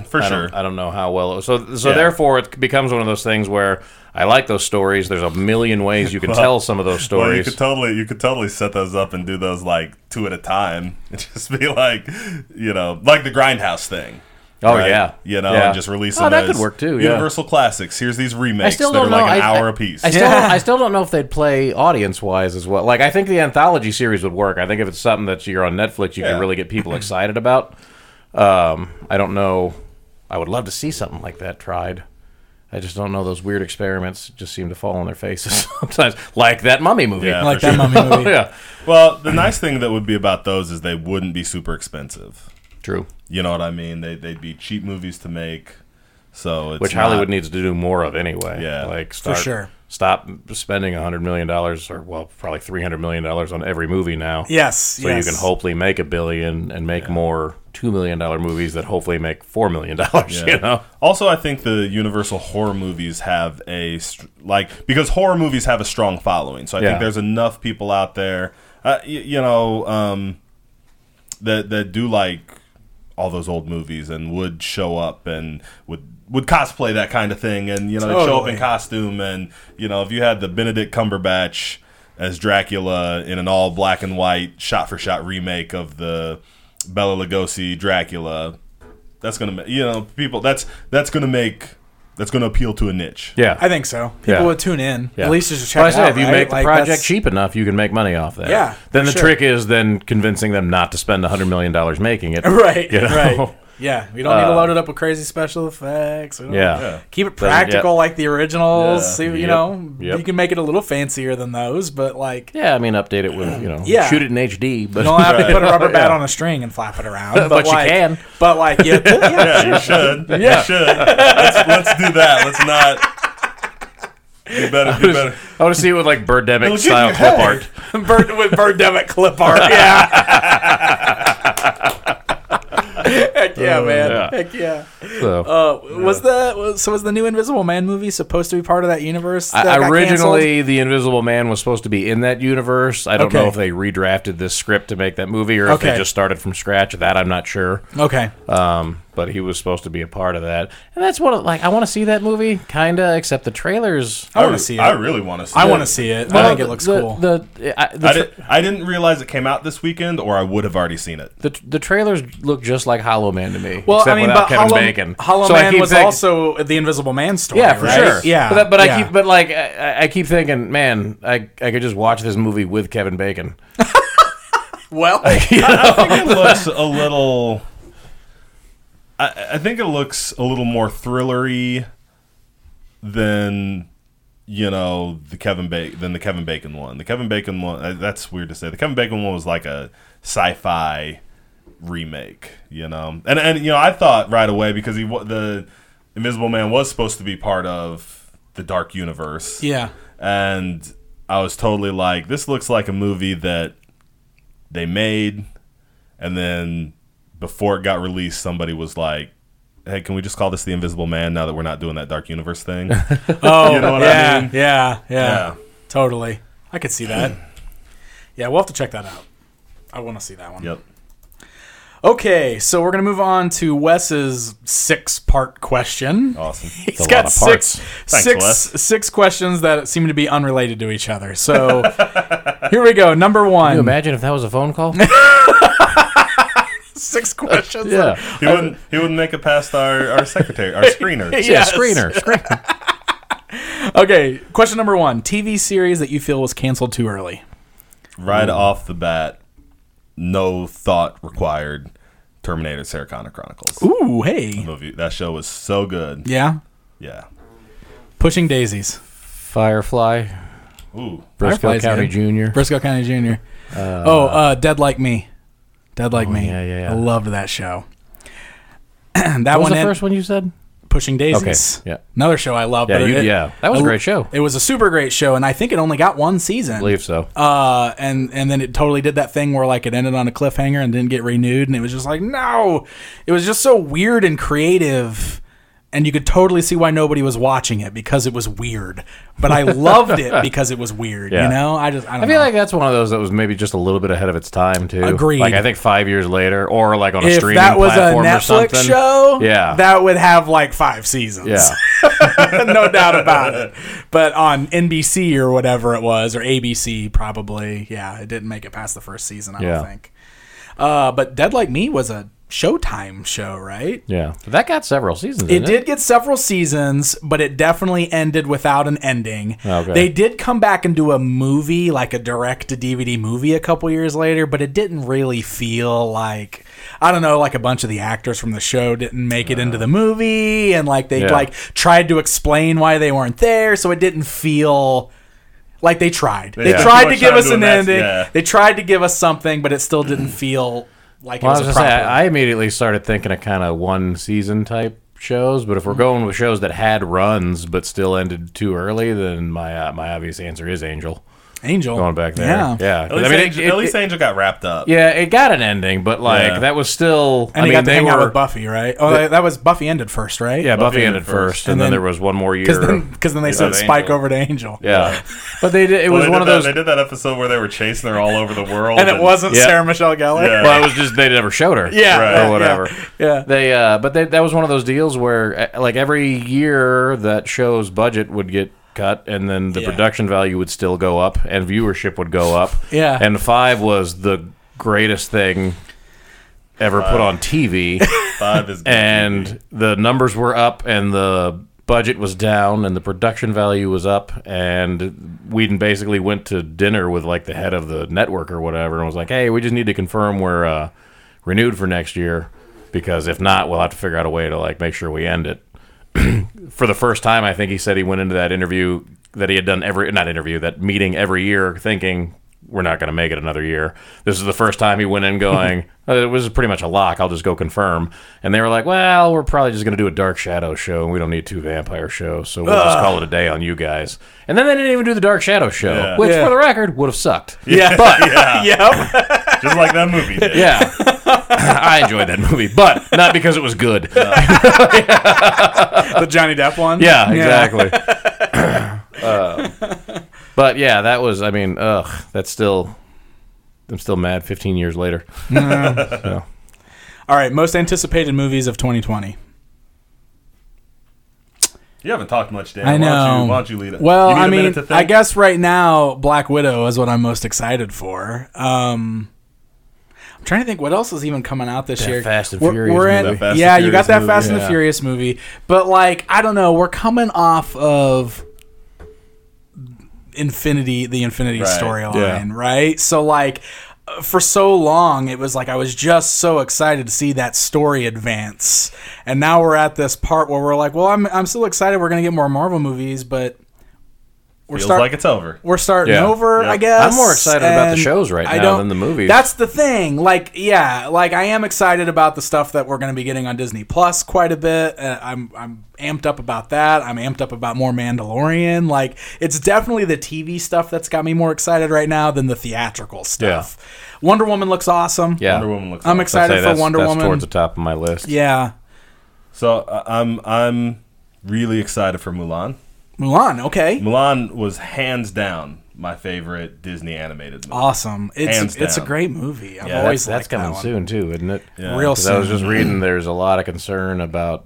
for
I
sure.
don't, I don't know how well. So so
Yeah.
therefore, it becomes one of those things where I like those stories. There's a million ways you can tell some of those
Well, you
stories.
could totally you could totally set those up and do those like two at a time and just be like, you know, like the grindhouse thing.
oh
right?
yeah,
you know,
yeah.
and just release
Oh,
them
that
as
could work too. Yeah.
Universal classics. Here's these remakes.
I still
that
don't
are
know.
like an
I-
hour
I-
apiece.
I still, I still don't know if they'd play audience wise as well. Like, I think the anthology series would work. I think if it's something that you're on Netflix, you
Yeah.
can really get people excited about. Um, I don't know. I would love to see something like that tried. I just don't know. Those weird experiments just seem to fall on their faces sometimes, like that mummy movie. Oh,
Yeah.
like
for
that mummy movie.
yeah.
well, the nice thing that would be about those is they wouldn't be super expensive.
True.
You know what I mean? They they'd be cheap movies to make. So it's
Which
not-
Hollywood needs to do more of anyway.
Yeah.
Like start,
sure.
Stop spending hundred million dollars, or well, probably three hundred million dollars on every movie now.
Yes.
So
yes.
you can hopefully make a billion and make more two million dollar movies that hopefully make four million dollars.
Yeah.
You know.
Also, I think the Universal horror movies have a str- like because horror movies have a strong following. So I
Yeah.
think there's enough people out there, uh, y- you know, um, that that do like all those old movies and would show up and would would cosplay that kind of thing and you know they'd show up in
Totally.
costume and you know if you had the Benedict Cumberbatch as Dracula in an all black and white shot for shot remake of the Bella Lugosi Dracula that's gonna ma- you know people that's that's gonna make that's gonna appeal to a niche
Yeah.
I think so. People
Yeah.
would tune in.
Yeah.
At least just to check
Well, I
it
say,
out.
if you
right?
make the
Like,
project
that's-
cheap enough, you can make money off that.
Yeah,
Then
for
the
sure.
trick is then convincing them not to spend hundred million dollars making it.
Right.
You know? Uh,
Right. Yeah. We don't need to load it up with crazy special effects. We don't-
Yeah.
Yeah.
Keep it
Doesn't-
practical
yeah.
like the originals.
Yeah.
See, you
Yep.
know,
Yep.
you can make it a little fancier than those, but like
Yeah. I mean, update it with you know,
Yeah.
shoot it in HD, but
you don't have to put a rubber bat on a string and flap it around. But,
But you
like,
can.
But like, yeah, yeah,
you should
Yeah.
you should let's, let's do that let's not you better you better
I want to see it with like Birdemic
It'll get
style
in your
clip art.
head.
Bird, with birdemic clip art. Yeah. Heck yeah, man.
Oh, yeah.
Heck yeah.
So.
Uh, was the was, so was the new Invisible Man movie supposed to be part of that universe? that
I-
got
originally, the Invisible Man was supposed to be in that universe. I don't know
Okay.
if they redrafted this script to make that movie or if they
Okay.
just started from scratch. That I'm not sure.
canceled? okay,
Um, but he was supposed to be a part of that, and that's what like I want to see that movie, kinda. Except the trailers.
I want to see it.
I
I,
really want to see
want
it.
to see it. I
Oh, Well,
think it looks
the,
cool.
The I, the,
I,
tra-
did, I didn't realize it came out this weekend or I would have already seen it
the the trailers look just like Hollow Man to me.
well,
except
I mean,
without
but
Kevin
Hollow,
Bacon.
Hollow
So I
Man
keep
was
thinking-
also the Invisible Man story.
Yeah, for
right?
sure.
Yeah,
but, that- but I
yeah.
keep, but like, I, I- I keep thinking, man, I, I could just watch this movie with Kevin Bacon.
well,
I think it looks a little I, I think it looks a little more thrillery than you know the Kevin Bacon than the Kevin Bacon one. The Kevin Bacon one uh, that's weird to say. The Kevin Bacon one was like a sci-fi remake, you know. And and you know I thought right away because he wa- the Invisible Man was supposed to be part of the Dark Universe.
Yeah.
And I was totally like this looks like a movie that they made and then before it got released somebody was like Hey, can we just call this the Invisible Man now that we're not doing that Dark Universe thing?
Oh,
You know what I
yeah,
mean?
yeah, yeah,
Yeah.
Totally. I could see that. yeah, we'll have to check that out. I want to see that one.
yep.
Okay, so we're going to move on to Wes's six part question.
Awesome.
He's
Oh, a
got
lot of
six,
Thanks,
six,
Wes.
six questions that seem to be unrelated to each other. So here we go. Number one.
you imagine if that was a phone call?
Six questions.
yeah.
He wouldn't. He wouldn't make it past our, our secretary, our screener.
Yes.
Yeah, screener. Screener.
Okay, question number one TV series that you feel was canceled too early.
Right off the bat, no thought required. Terminator: Sarah Connor Chronicles
Ooh, hey.
movie. That show was so good.
Yeah.
Yeah.
Pushing Daisies.
Firefly,
Ooh.
Briscoe
Firefly's
County
good.
Junior.
Briscoe County Jr. oh, uh, Dead Like Me. Dead Like Me.
Oh, yeah, yeah, yeah.
I loved that show. that
What was
one
the
and
first one you said?
Pushing Daisies.
Okay, yeah.
Another show I love.
Yeah, you- yeah. That was a great show.
It was a super great show, and I think it only got one season.
I believe so.
Uh, and and then it totally did that thing where like it ended on a cliffhanger and didn't get renewed, and it was just like no, it was just so weird and creative, and you could totally see why nobody was watching it because it was weird. But I loved it because it was weird.
Yeah.
You know, I just I don't
I feel
know.
like that's one of those that was maybe just a little bit ahead of its time too.
Agreed.
Like I think five years later, or like on a
if
streaming
that was a
platform or
Netflix
something.
show,
yeah,
that would have like five seasons.
yeah,
no doubt about it. But on NBC or whatever it was, or ABC probably, yeah, it didn't make it past the first season, I
Yeah.
don't think. Uh, but Dead Like Me was a Showtime show, right?
yeah. But that got several seasons.
It
didn't
did get several seasons, but it definitely ended without an ending.
Okay.
They did come back and do a movie, like a direct to DVD movie, a couple years later, but it didn't really feel like I don't know, like a bunch of the actors from the show didn't make it into the movie, and like they
Uh. Yeah.
like tried to explain why they weren't there, so it didn't feel. Like they tried, they
took too
tried to
much
give
time
us
doing
an
that,
ending.
yeah.
They tried to give us something, but it still didn't feel like
Well, I
it
was
was a
gonna say
proper.
I I immediately started thinking of kind of one season type shows, but if
Mm-hmm.
we're going with shows that had runs but still ended too early, then my uh, my obvious answer is Angel.
Angel
Going back there,
yeah,
yeah.
At least,
I mean, it-
Angel,
it-
at least Angel got wrapped up.
yeah, it got an ending, but like
Yeah.
that was still.
And
I
he
mean,
got to
they
hang
were
out with Buffy, right? Oh, that, that was Buffy ended first, right?
yeah, Buffy,
Buffy
ended first, and, then,
then-
there was one more year.
Because then, because then they
Yeah,
sent
the
Spike
Angel.
over to Angel.
yeah, but they did. It
Well,
was
they
one
did
of
that-
those.
They did that episode where they were chasing her all over the world,
And it wasn't
Yeah.
Sarah Michelle Gellar.
Yeah.
well, it was just they never showed her.
Yeah,
Right.
yeah,
or whatever.
yeah.
They, uh, but they, that was one of those deals where, uh, like, every year that show's budget would get cut, and then the
Yeah.
production value would still go up, and viewership would go up.
Yeah.
And five was the greatest thing ever put
Uh,
on TV,
Five is good TV.
and the numbers were up, and the budget was down, and the production value was up, and Whedon basically went to dinner with like the head of the network or whatever, and was like, "Hey, we just need to confirm we're uh, renewed for next year, because if not, we'll have to figure out a way to like make sure we end it." for the first time, I think he said he went into that interview that he had done every not interview that meeting every year, thinking we're not going to make it another year. This is the first time he went in going, "Uh, it was pretty much a lock. I'll just go confirm. And they were like, well, we're probably just going to do a Dark Shadow show, and we don't need two vampire shows, so we'll just call it a day on you guys. And then they didn't even do the Dark Shadow show,
Yeah.
which
Yeah.
for the record would have sucked.
Yeah.
but
yep.
just like that movie did.
yeah. I enjoyed that movie, but not because it was good.
The Johnny Depp one.
Yeah, exactly. Uh, but yeah, that was. I mean, ugh, that's still. I'm still mad. 15 years later. So,
All right. Most anticipated movies of 2020.
You haven't talked much, Dan.
I know.
Why don't you, why don't you lead it?
Well,
You need
I
a minute
mean,
to think?
I guess right now Black Widow is what I'm most excited for. Um, I'm trying to think what else is even coming out this year.
Fast and
We're-
Furious
we're
movie.
in-
That Fast and
yeah, you got
Furious
that
movie.
Fast and the
Yeah.
Furious movie, but like I don't know, we're coming off of Infinity, the Infinity
Right,
storyline, right? So like. uh, For so long, it was like I was just so excited to see that story advance, and now we're at this part where we're like, "Well, I'm I'm still excited. We're gonna get more Marvel movies, but we're
Feels
starting.
like it's over.
we're starting
Yeah.
over,
Yeah.
I guess.
I'm more excited about the
and
shows right
I
now
don't-
than the movies.
That's the thing. Like, yeah, like I am excited about the stuff that we're going to be getting on Disney Plus quite a bit. Uh, I'm I'm amped up about that. I'm amped up about more Mandalorian. Like, it's definitely the TV stuff that's got me more excited right now than the theatrical stuff. Wonder Woman looks awesome.
Yeah.
Wonder Woman looks.
I'm
awesome.
I'd say
excited for
that's,
Wonder
that's
Woman.
towards the top of my list.
yeah.
So uh, I'm I'm really excited for Mulan.
Mulan, okay.
Mulan was hands down my favorite Disney animated movie.
Awesome. It's
Hands
it's a
down.
great movie. I've
Yeah,
always
That's,
liked
that's
that
coming
one.
soon too, isn't it?
Yeah.
Real
'Cause I was
soon.
just reading. There's a lot of concern about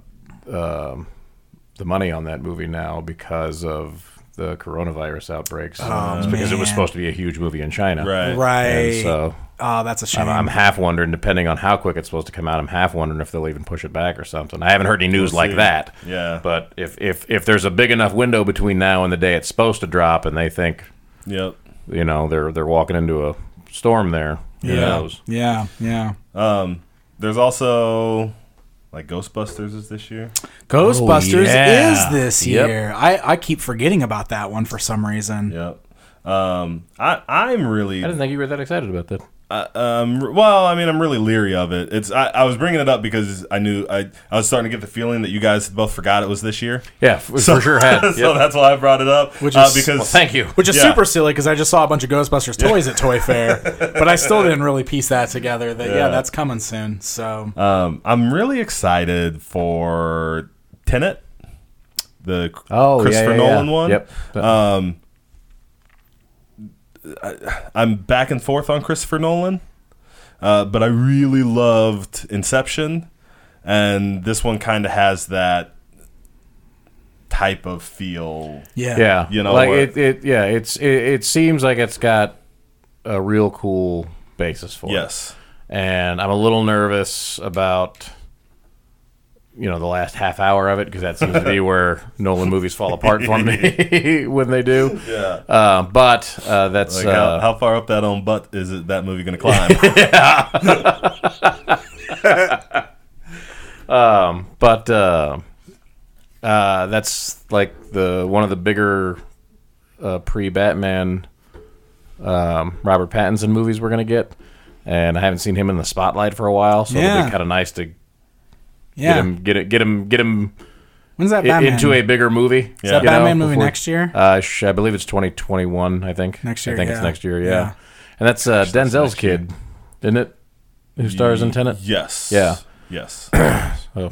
um, the money on that movie now because of the coronavirus outbreaks. It's because it
Oh, man.
was supposed to be a huge movie in China,
Right.
Right.
And so
oh, that's a shame.
I'm, I'm half wondering, depending on how quick it's supposed to come out, I'm half wondering if they'll even push it back or something. I haven't heard any news like
see.
that.
Yeah.
But if, if if there's a big enough window between now and the day it's supposed to drop, and they think
Yep.
you know they're they're walking into a storm there, who
Yeah.
knows?
yeah, yeah.
Um, there's also like Ghostbusters is this year.
Ghostbusters
Oh, yeah.
is this
Yep.
year. I, I keep forgetting about that one for some reason.
Yep. Um, I I'm really
I didn't think you were that excited about that.
I- um, well, I mean, I'm really leery of it. It's I, I was bringing it up because I knew I, I was starting to get the feeling that you guys both forgot it was this year.
Yeah, f- for sure had. Yep.
so that's why I brought it up.
Which
uh,
is-
because
well, thank you.
Which is
Yeah.
super silly because I just saw a bunch of Ghostbusters toys at Toy Fair, but I still didn't really piece that together. That yeah,
Yeah.
that's coming soon. So
Uh,
um, I'm really excited for Tenet, the
Oh,
Christopher
yeah, yeah, yeah.
Nolan one.
Yep.
Um, I, I'm back and forth on Christopher Nolan, uh, but I really loved Inception, and this one kind of has that type of feel.
yeah,
yeah,
You know
like
what?
it, it. Yeah, it's it, it seems like it's got a real cool basis for it.
Yes.
and I'm a little nervous about you know the last half hour of it because that seems to be where Nolan movies fall apart for me when they do.
Yeah.
Uh, but uh, that's
Like
uh,
how, how far up that own butt is it, that movie going to climb?
but uh, uh, that's like the one of the bigger uh, pre-Batman um, Robert Pattinson movies we're gonna get, and I haven't seen him in the spotlight for a while, so it'll
Yeah.
be kind of nice to get
yeah.
him get it get him get him
When's that
i-
Batman?
into a bigger movie.
Is that
you know,
Batman movie
before-
next year?
Uh, sh- I believe it's 2021. I think
Next
I
year,
think
yeah.
it's next year. Yeah,
Yeah.
and that's uh, Denzel's kid, isn't it? Who stars in Tenet?
Yes.
Yeah.
Yes.
Oh.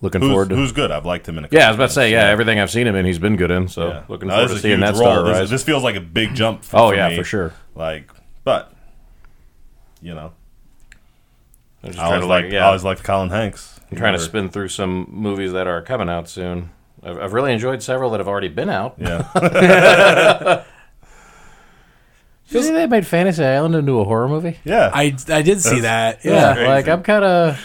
Looking
Who's,
forward to
who's good? I've liked him in a couple
Yeah, I was about to say, yeah, everything I've seen him in, he's been good in. So
Yeah.
looking
Now,
forward
this
to
is a
seeing
huge
that star
role. This-
rise.
This feels like a big jump. For,
oh
for
yeah,
me.
for sure.
Like, but you know,
I'm just
I
trying
always
to
like
like, yeah,
I always liked Colin Hanks.
I'm trying to
Or-
spin through some movies that are coming out soon. I've, I've really enjoyed several that have already been out.
Yeah,
You see, they made Fantasy Island into a horror movie.
yeah,
I I did see that.
Yeah,
Yeah.
crazy.
like I'm kind of.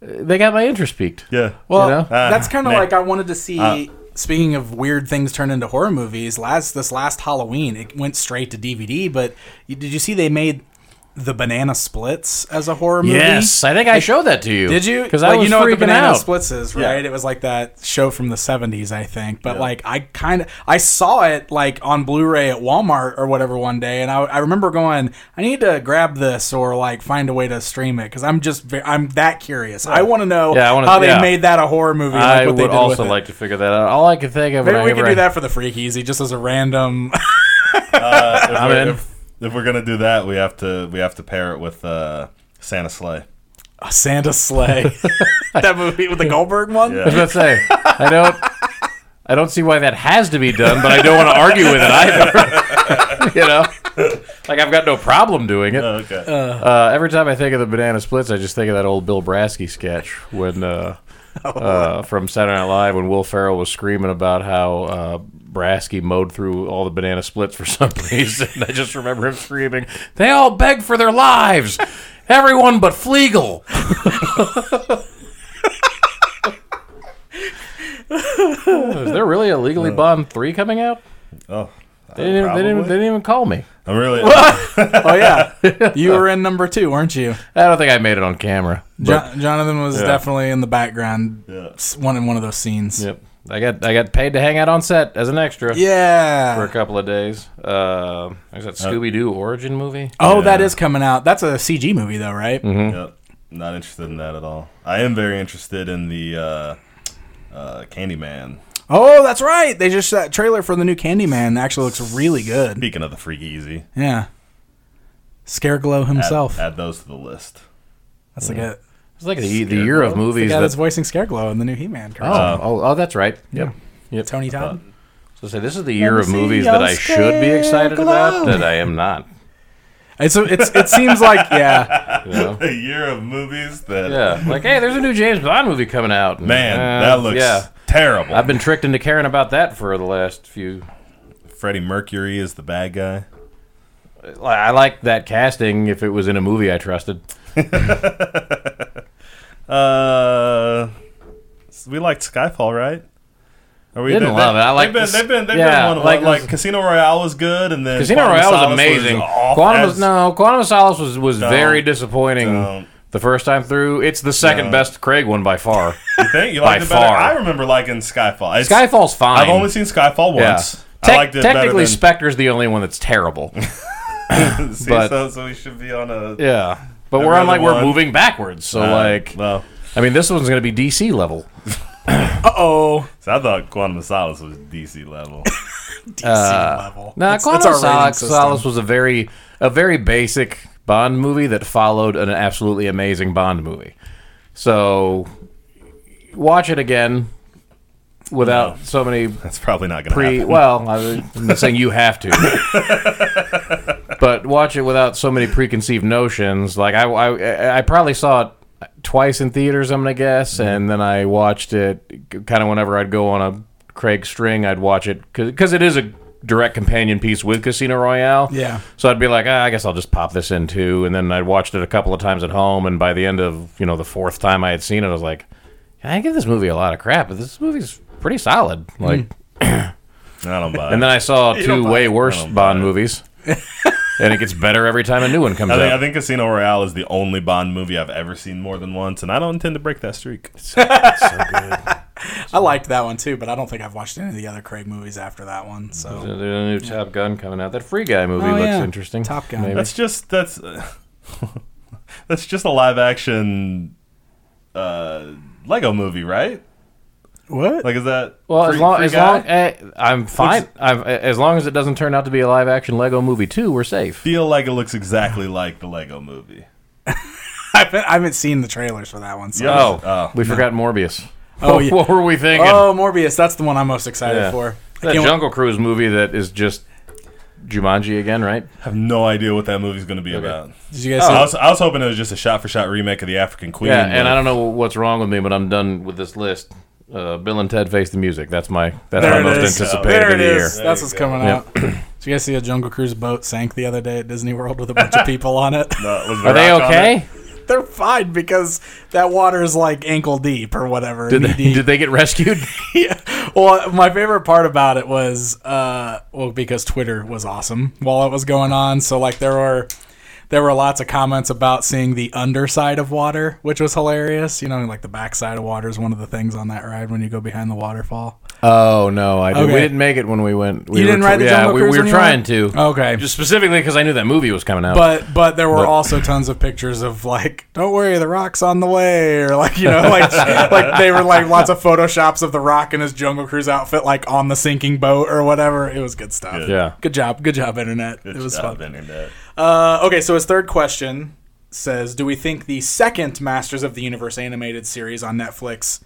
They got my interest peaked.
yeah.
Well,
You know? Uh,
Ah,
that's kind of
man.
like I wanted to see. speaking of weird things turned into horror movies, last this last Halloween, it went straight to DVD. But you, did you see they made the Banana Splits as a horror movie?
Yes, I think I showed that to you.
Did you?
Because
Like,
I was
you know what the
freaking
Banana
out.
Splits is,
Yeah.
right? It was like that show from the '70s, I think. But like, I kind of I saw it like on Blu-ray at Walmart or whatever one day, and I, I remember going, I need to grab this or like find a way to stream it because I'm just ve- I'm that curious. I want to know
Yeah, I wanna-
how they
yeah.
made that a horror movie. Like
I
what they
would
did
also
with it.
like to figure that out. All I could think of.
Maybe
when I
we can
ever-
do that for the freak easy, just as a random.
Uh, if,
I'm
we're,
in.
if, if we're gonna do that, we have to we have to pair it with uh, Santa Sleigh.
Santa sleigh. that movie with the Goldberg one.
I was
Yeah.
about to say, I don't, I don't see why that has to be done, but I don't want to argue with it either. you know, like I've got no problem doing it.
okay.
Uh, every time I think of the banana splits, I just think of that old Bill Brasky sketch when uh, uh, from Saturday Night Live when Will Ferrell was screaming about how uh, Brasky mowed through all the banana splits for some reason. I just remember him screaming, "They all beg for their lives, everyone but Flegel." Is there really a Legally Bond three coming out?
oh,
They didn't, they, didn't, they didn't even call me.
I'm really.
Oh yeah, you were in number two, weren't you?
I don't think I made it on camera. but-
Jo- Jonathan was definitely in the background,
Yeah.
s- one in one of those scenes.
Yep. I got I got paid to hang out on set as an extra
Yeah.
for a couple of days. Uh, is that Scooby Doo origin movie?
Oh, that
Yeah.
is coming out. That's a CG movie, though, right?
Mm-hmm.
Yep. Not interested in that at all. I am very interested in the uh, uh, Candyman.
Oh, that's right. They just that trailer for the new Candyman actually looks really good.
Speaking of the Freaky Easy,
Yeah. Scareglow
add,
himself.
add those to the list.
that's like a
It's like the, the year of
the
movies.
guy
That,
that's voicing Scareglow in the new He-Man.
oh,
cartoon.
oh, oh, that's right. Yep. Yep.
Tony Todd.
So say this is the year of
see
movies
your
that I should be excited about
Scarecrow.
that I am not.
It's, it's it seems like yeah.
You know?
A year of movies that.
yeah. Like hey, there's a new James Bond movie coming out. And,
Man,
uh,
that looks
Yeah.
terrible.
I've been tricked into caring about that for the last few.
Freddie Mercury is the bad guy.
Like, I like that casting if it was in a movie I trusted.
Uh, s- we liked Skyfall, right? Are we
Didn't
they-
love it. I like
they've been,
this-
they've been they've
yeah,
been one
like
like, like
this-
Casino Royale was good, and then
Casino
Quantum of
Royale was
Solace
amazing.
awful
Quantum
as-
of, no, Quantum of Solace was, was very disappointing
don't.
the first time through. It's the second
Don't.
best Craig one by far.
You think you liked
By
it better?
far.
I remember liking Skyfall. It's-
Skyfall's fine.
I've only seen Skyfall
Yeah.
once.
Tec-
I liked it better
technically,
than
Spectre's the only one that's terrible.
See,
but-
so, so we should be on a
yeah, but we're
Every
on like
other
we're
one.
moving backwards. So
uh,
like,
well.
I mean, this one's gonna be DC level.
Uh oh.
So I thought Quantum of Solace was DC level.
DC level.
No,
That's-
Quantum
that's our rating
Solace,
system.
Solace was a very a very basic Bond movie that followed an absolutely amazing Bond movie. So watch it again without so many
That's probably not gonna
pre.
happen.
Well, I was- I'm not saying you have to, but watch it without so many preconceived notions. Like I, I, I probably saw it twice in theaters. I'm gonna guess, and then I watched it kind of whenever I'd go on a Craig string. I'd watch it because it is a direct companion piece with Casino Royale.
Yeah.
So I'd be like, ah, I guess I'll just pop this in too. And then I'd watched it a couple of times at home, and by the end of you know the fourth time I had seen it, I was like, I give this movie a lot of crap, but this movie's pretty solid. Like.
I don't buy it.
And then I saw
don't
two
buy
way
I
worse
don't
Bond movies. and it gets better every time a new one comes
I think, I
out.
think Casino Royale is the only Bond movie I've ever seen more than once, and I don't intend to break that streak.
I liked that one too, but I don't think I've watched any of the other Craig movies after that one. So
There's a new Top Gun coming out. That Free Guy movie
Oh,
looks
yeah.
interesting.
Top Gun.
Maybe.
That's just that's uh, that's just a live action uh, Lego movie, right?
what?
Like, is that
well, as
Free-
long
Free
as
Guy?
long eh, I'm fine. I'm, eh, as long as it doesn't turn out to be a live action Lego Movie two, we're safe.
feel like it looks exactly like the Lego movie.
I haven't, I haven't seen the trailers for that one. So.
Yeah.
Oh,
Oh.
we forgot Morbius.
Oh,
What-
yeah.
what were we thinking?
Oh, Morbius. That's the one I'm most excited
Yeah.
for. I
that
can't
Jungle Cruise movie that is just Jumanji again, right?
I have no idea what that movie's going to be about.
wait. Did you
Oh,
guys
I
see?
was, I was hoping it was just a shot-for-shot remake of the African Queen.
Yeah, and
but
I don't know what's wrong with me, but I'm done with this list. Uh, Bill and Ted Face the Music. That's my that's
There
my
it
most
is.
anticipated
There
of
it
the year.
is. That's what's coming out. Did you guys see a Jungle Cruise boat sank the other day at Disney World with a bunch of people on it?
uh, was The
Are they
Rock on it?
okay?
They're fine because that water is like ankle deep or whatever.
Did they,
knee-deep.
did they get rescued?
yeah. Well, my favorite part about it was uh, well because Twitter was awesome while it was going on. So like there were there were lots of comments about seeing the underside of water, which was hilarious. You know, like the backside of water is one of the things on that ride when you go behind the waterfall.
oh no, I did.
Okay.
We didn't make it when we went. We
You didn't
were,
ride the
yeah,
Jungle
we,
Cruise
we were
when you
trying
went?
to.
Okay.
just specifically because I knew that movie was coming out.
But but there were also tons of pictures of like, don't worry, the rock's on the way, or like you know, like like they were like lots of photoshops of the rock in his Jungle Cruise outfit, like on the sinking boat or whatever. It was good stuff.
yeah,
Good job, good job, internet.
Good
it was
job,
fun.
Internet.
Uh, okay, so his third question says, "Do we think the second Masters of the Universe animated series on Netflix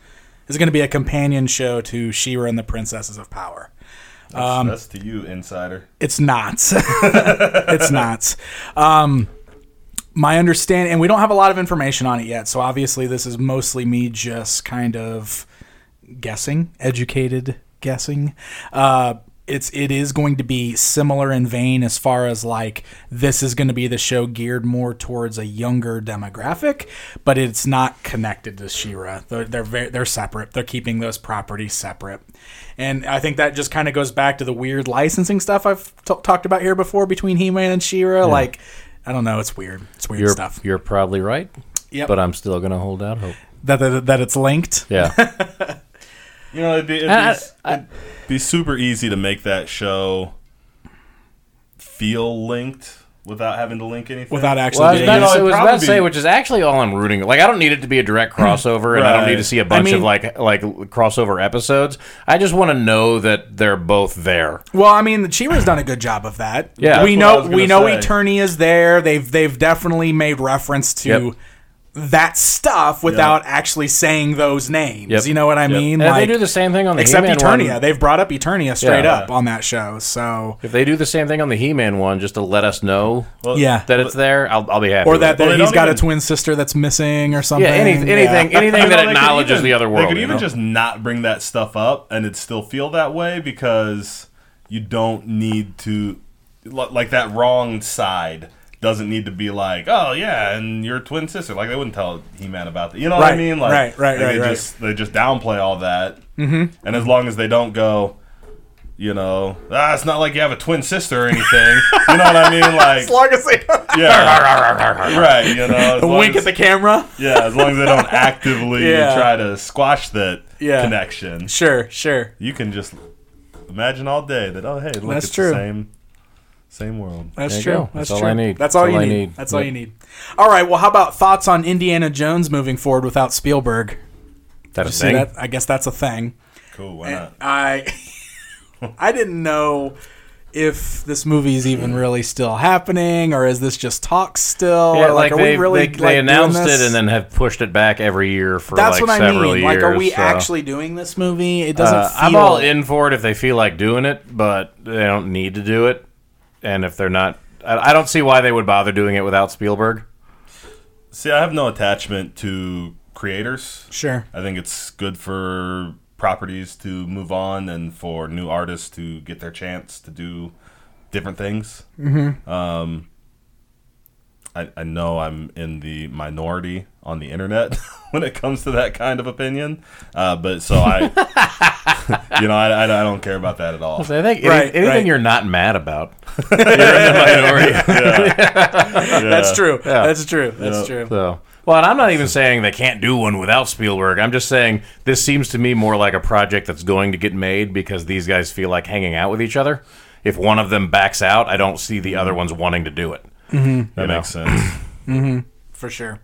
is going to be a companion show to She-Ra and the Princesses of Power?"
That's to you, insider.
It's not. it's not. Um, my understanding, and we don't have a lot of information on it yet, so obviously this is mostly me just kind of guessing, educated guessing. Uh, it's it is going to be similar in vein as far as like this is going to be the show geared more towards a younger demographic, but it's not connected to Shira. They're they're very, they're separate. They're keeping those properties separate, and I think that just kind of goes back to the weird licensing stuff I've t- talked about here before between He Man and Shira. Like I don't know, it's weird. It's weird
you're
stuff.
you're probably right.
Yep.
but I'm still gonna hold out hope.
That, that that it's linked.
Yeah,
You know, it'd be, it'd be,
I- I-
it'd be super easy to make that show feel linked without having to link anything.
without actually
Well, I was
getting
about, to
you know,
say-
it'd
was about to
probably
say,
be-
which is actually all I'm rooting. Like, I don't need it to be a direct crossover, and I don't
Right.
need to see a bunch
mean-
of like like crossover episodes. I just want to know that they're both there.
Well, I mean, Chira's done a good job of that.
Yeah.
we
That's what I
know
was gonna
we know
say.
Eternia is there. They've they've definitely made reference to
Yep.
that stuff without actually saying those names.
Yep.
You know what I mean?
And if they do the same thing on the
except
He-Man
Eternia,
One,
they've brought up Eternia straight
Yeah.
up on that show. So
if they do the same thing on the He-Man one, just to let us know
Well,
yeah,
that it's there, I'll, I'll be happy.
or
with
that,
it.
Well,
that
they
he's
don't
got a
even-
twin sister that's missing or something.
yeah, any, anything anything
I know,
that
they could
acknowledges
even-
the other world.
They could
you
even
know?
just not bring that stuff up, and it'd still feel that way because you don't need to, li- like that wrong side doesn't need to be like, oh yeah, and your twin sister. Like they wouldn't tell He Man about that. You know what I
Right,
mean? Like,
right, right,
they,
right,
they
right.
Just, they just downplay all that, mm-hmm. and as long as they don't go. You know, ah, it's not like you have a twin sister or anything. you know what I mean? Like,
long as they
yeah, right. You know, as long
wink
as-
at the camera.
yeah, as long as they don't actively
Yeah.
try to squash that
Yeah.
connection,
Sure, sure.
you can just imagine all day that oh hey, look,
That's
it's
true.
the same same world.
That's
There you
true.
go.
That's,
That's all
true.
I need.
That's all,
That's
you
all I
need.
need.
That's all you need. All right. Well, how about thoughts on Indiana Jones moving forward without Spielberg?
that a
See
thing.
that? I guess that's a thing.
Cool, why not?
I I didn't know if this movie is even really still happening, or is this just talk still?
Yeah,
or,
like,
are
they,
we really
they,
like,
they
doing
announced it
this?
and then have pushed it back every year for
that's
like
what I
several
mean.
years.
like, are we
so-
actually doing this movie? It doesn't.
Uh,
feel,
I'm all in for it if they feel like doing it, but they don't need to do it. And if they're not, I, I don't see why they would bother doing it without Spielberg.
See, I have no attachment to creators.
Sure.
I think it's good for properties to move on and for new artists to get their chance to do different things. Mm-hmm. Um, I, I know I'm in the minority on the internet when it comes to that kind of opinion, uh, but so I, you know, I, I, I don't care about that at all.
So I think
Right,
any, anything
right.
you're not mad about, you're in the minority.
That's true.
Yeah.
That's true. That's true.
So, well, and I'm not even saying they can't do one without Spielberg. I'm just saying this seems to me more like a project that's going to get made because these guys feel like hanging out with each other. If one of them backs out, I don't see the other ones wanting to do it.
That makes sense.
for sure.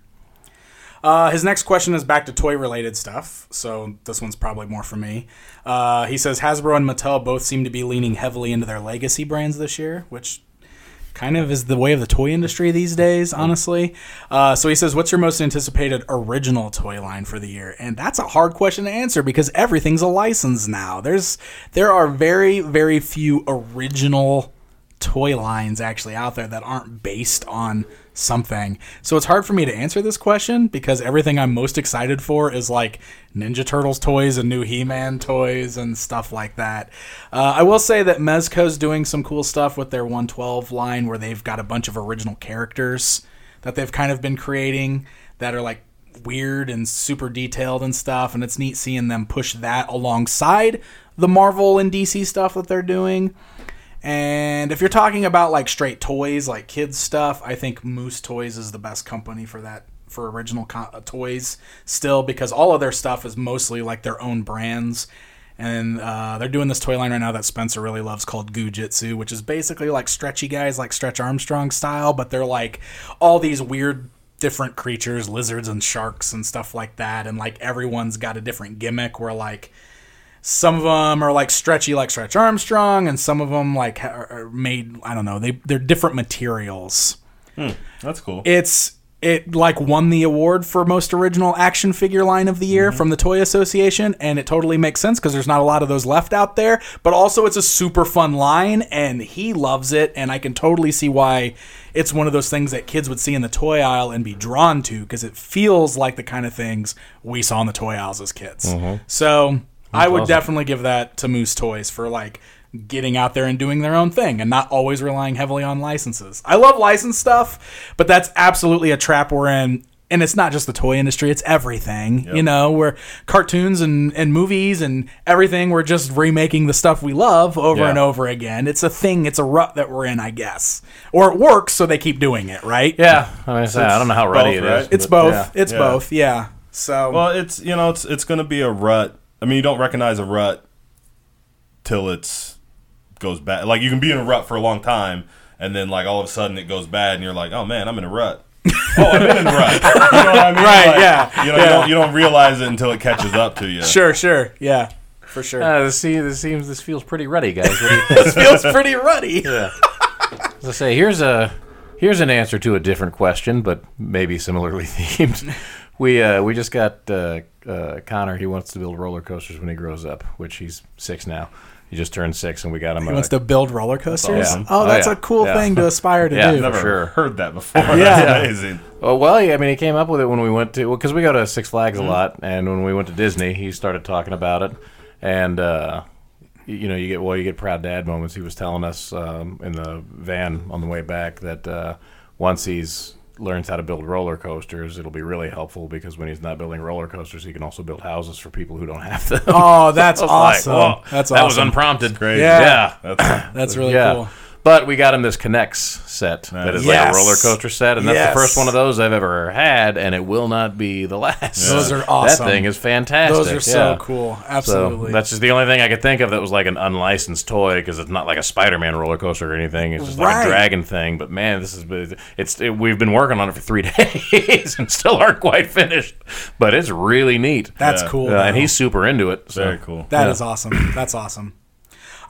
Uh, his next question is back to toy related stuff, so this one's probably more for me. Uh, he says Hasbro and Mattel both seem to be leaning heavily into their legacy brands this year, which kind of is the way of the toy industry these days, honestly. Uh, so he says, What's your most anticipated original toy line for the year? And that's a hard question to answer because everything's a license now. There's There are very, very few original toy lines actually out there that aren't based on something. So it's hard for me to answer this question because everything I'm most excited for is like Ninja Turtles toys and new He-Man toys and stuff like that. Uh, I will say that Mezco's doing some cool stuff with their 112 line where they've got a bunch of original characters that they've kind of been creating that are like weird and super detailed and stuff and it's neat seeing them push that alongside the Marvel and DC stuff that they're doing. And if you're talking about like straight toys, like kids stuff, I think Moose Toys is the best company for that for original co- uh, toys still because all of their stuff is mostly like their own brands. And uh, they're doing this toy line right now that Spencer really loves called Goojitsu, which is basically like stretchy guys, like Stretch Armstrong style, but they're like all these weird different creatures, lizards and sharks and stuff like that. And like everyone's got a different gimmick where like some of them are like stretchy like stretch armstrong and some of them like ha- are made i don't know they, they're different materials
That's cool.
it's it like won the award for most original action figure line of the year from the toy association and it totally makes sense because there's not a lot of those left out there but also it's a super fun line and he loves it and i can totally see why it's one of those things that kids would see in the toy aisle and be drawn to because it feels like the kind of things we saw in the toy aisles as kids so i would definitely give that to moose toys for like getting out there and doing their own thing and not always relying heavily on licenses. I love license stuff, but that's absolutely a trap we're in. And it's not just the toy industry, it's everything, you know, where cartoons and, and movies and everything, we're just remaking the stuff we love over
Yeah.
and over again. It's a thing, it's a rut that we're in, I guess. Or it works, so they keep doing it, right?
Yeah, I mean, I don't know how ready it
both,
is.
right?
It's
but
both.
yeah.
It's
Yeah.
both, yeah. So
Well, it's you know it's it's going to be a rut I mean, you don't recognize a rut till it's goes bad. Like you can be in a rut for a long time, and then like all of a sudden it goes bad, and you're like, oh man, I'm in a rut. oh, I've been in a rut. You know what I mean?
Right,
Like,
yeah,
You know,
yeah.
you don't you don't realize it until it catches up to you.
Sure, sure, yeah, for sure.
Uh, this, seems, this seems this feels pretty ruddy, guys. What do you think?
this feels pretty ruddy.
As I say, here's a here's an answer to a different question, but maybe similarly themed. We uh, we just got uh, uh, Connor. He wants to build roller coasters when he grows up, which he's six now. He just turned six, and we got him.
He
a-
wants to build roller coasters.
awesome.
Oh,
Oh,
that's
yeah.
a cool
Yeah.
thing to aspire to
Yeah,
do.
Never
Sure.
heard that before.
Yeah.
That's amazing.
Oh well, yeah. I mean, he came up with it when we went to because we go to Six Flags
Mm-hmm.
a lot, and when we went to Disney, he started talking about it, and uh, y- you know, you get well, you get proud dad moments. He was telling us um, in the van on the way back that uh, once he's learns how to build roller coasters, it'll be really helpful because when he's not building roller coasters, he can also build houses for people who don't have them.
Oh, that's
I was like,
awesome.
"Whoa,
that's awesome.
that was unprompted.
Great.
Yeah.
yeah.
That's
That's really
yeah.
cool.
But we got him this Connects set that is like
Yes.
a roller coaster set, and that's
Yes.
the first one of those I've ever had, and it will not be the last.
Those are awesome.
That thing is fantastic.
Those are so
yeah.
cool.
So
Absolutely.
that's just the only thing I could think of that was like an unlicensed toy because it's not like a Spider-Man roller coaster or anything. It's just like
Right.
a dragon thing. But man, this is it's it, we've been working on it for three days and still aren't quite finished. But it's really neat.
That's cool.
Uh, and
though.
he's super into it. So.
very cool.
That is awesome. That's awesome.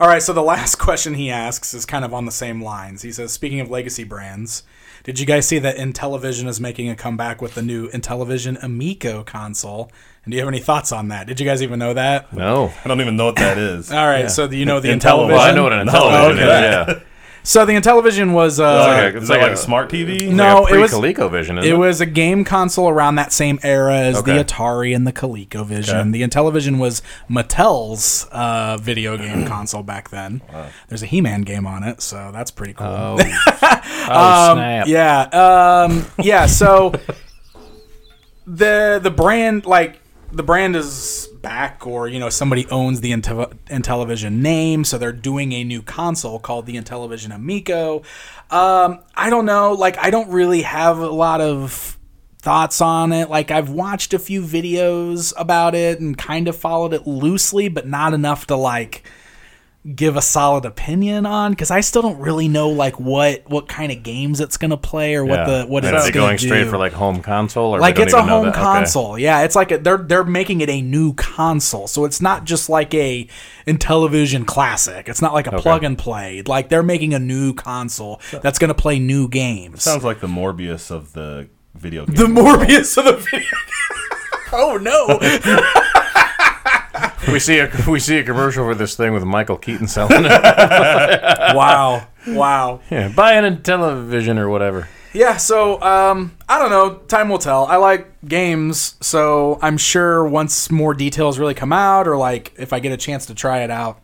All right, so the last question he asks is kind of on the same lines. He says, "Speaking of legacy brands, did you guys see that Intellivision is making a comeback with the new Intellivision Amico console? And do you have any thoughts on that? Did you guys even know that?
No,
I don't even know what that is.
All right, so the, you know the
Intelli-
Intellivision. Oh,
well, I know what an
No,
intelligent
okay.
is. Yeah.
So the Intellivision was uh,
like
Uh,
a-
is that
like
like
a-
a smart TV?
No,
like
it
a
was-
pre-ColecoVision. Isn't
It was a game console around that same era as the
Okay.
Atari and the ColecoVision. The Intellivision was Mattel's uh, video game console back then. There's a He-Man game on it, so that's pretty cool.
Oh, oh snap!
Um, Yeah, um, yeah. So the the brand, like the brand, is back, or you know, somebody owns the Intel- Intellivision name, so they're doing a new console called the Intellivision Amico. Um, I don't know. Like, I don't really have a lot of thoughts on it. Like, I've watched a few videos about it and kind of followed it loosely, but not enough to like give a solid opinion on because I still don't really know like what what kind of games it's gonna play or what
Yeah.
the what
And
it's
are they
gonna
going straight
do.
for like home console or
like
we don't
it's a
even know
home
that? Okay.
console. Yeah, it's like a, they're they're making it a new console, so it's not just like a Intellivision classic. It's not like a plug and play. Like they're making a new console that's gonna play new games.
Sounds like the Morbius of the video game.
the Morbius of the video. oh no!
We see a we see a commercial for this thing with Michael Keaton selling it.
wow! Wow!
yeah, buy an Intellivision or whatever.
Yeah, so um, I don't know. Time will tell. I like games, so I'm sure once more details really come out, or like if I get a chance to try it out,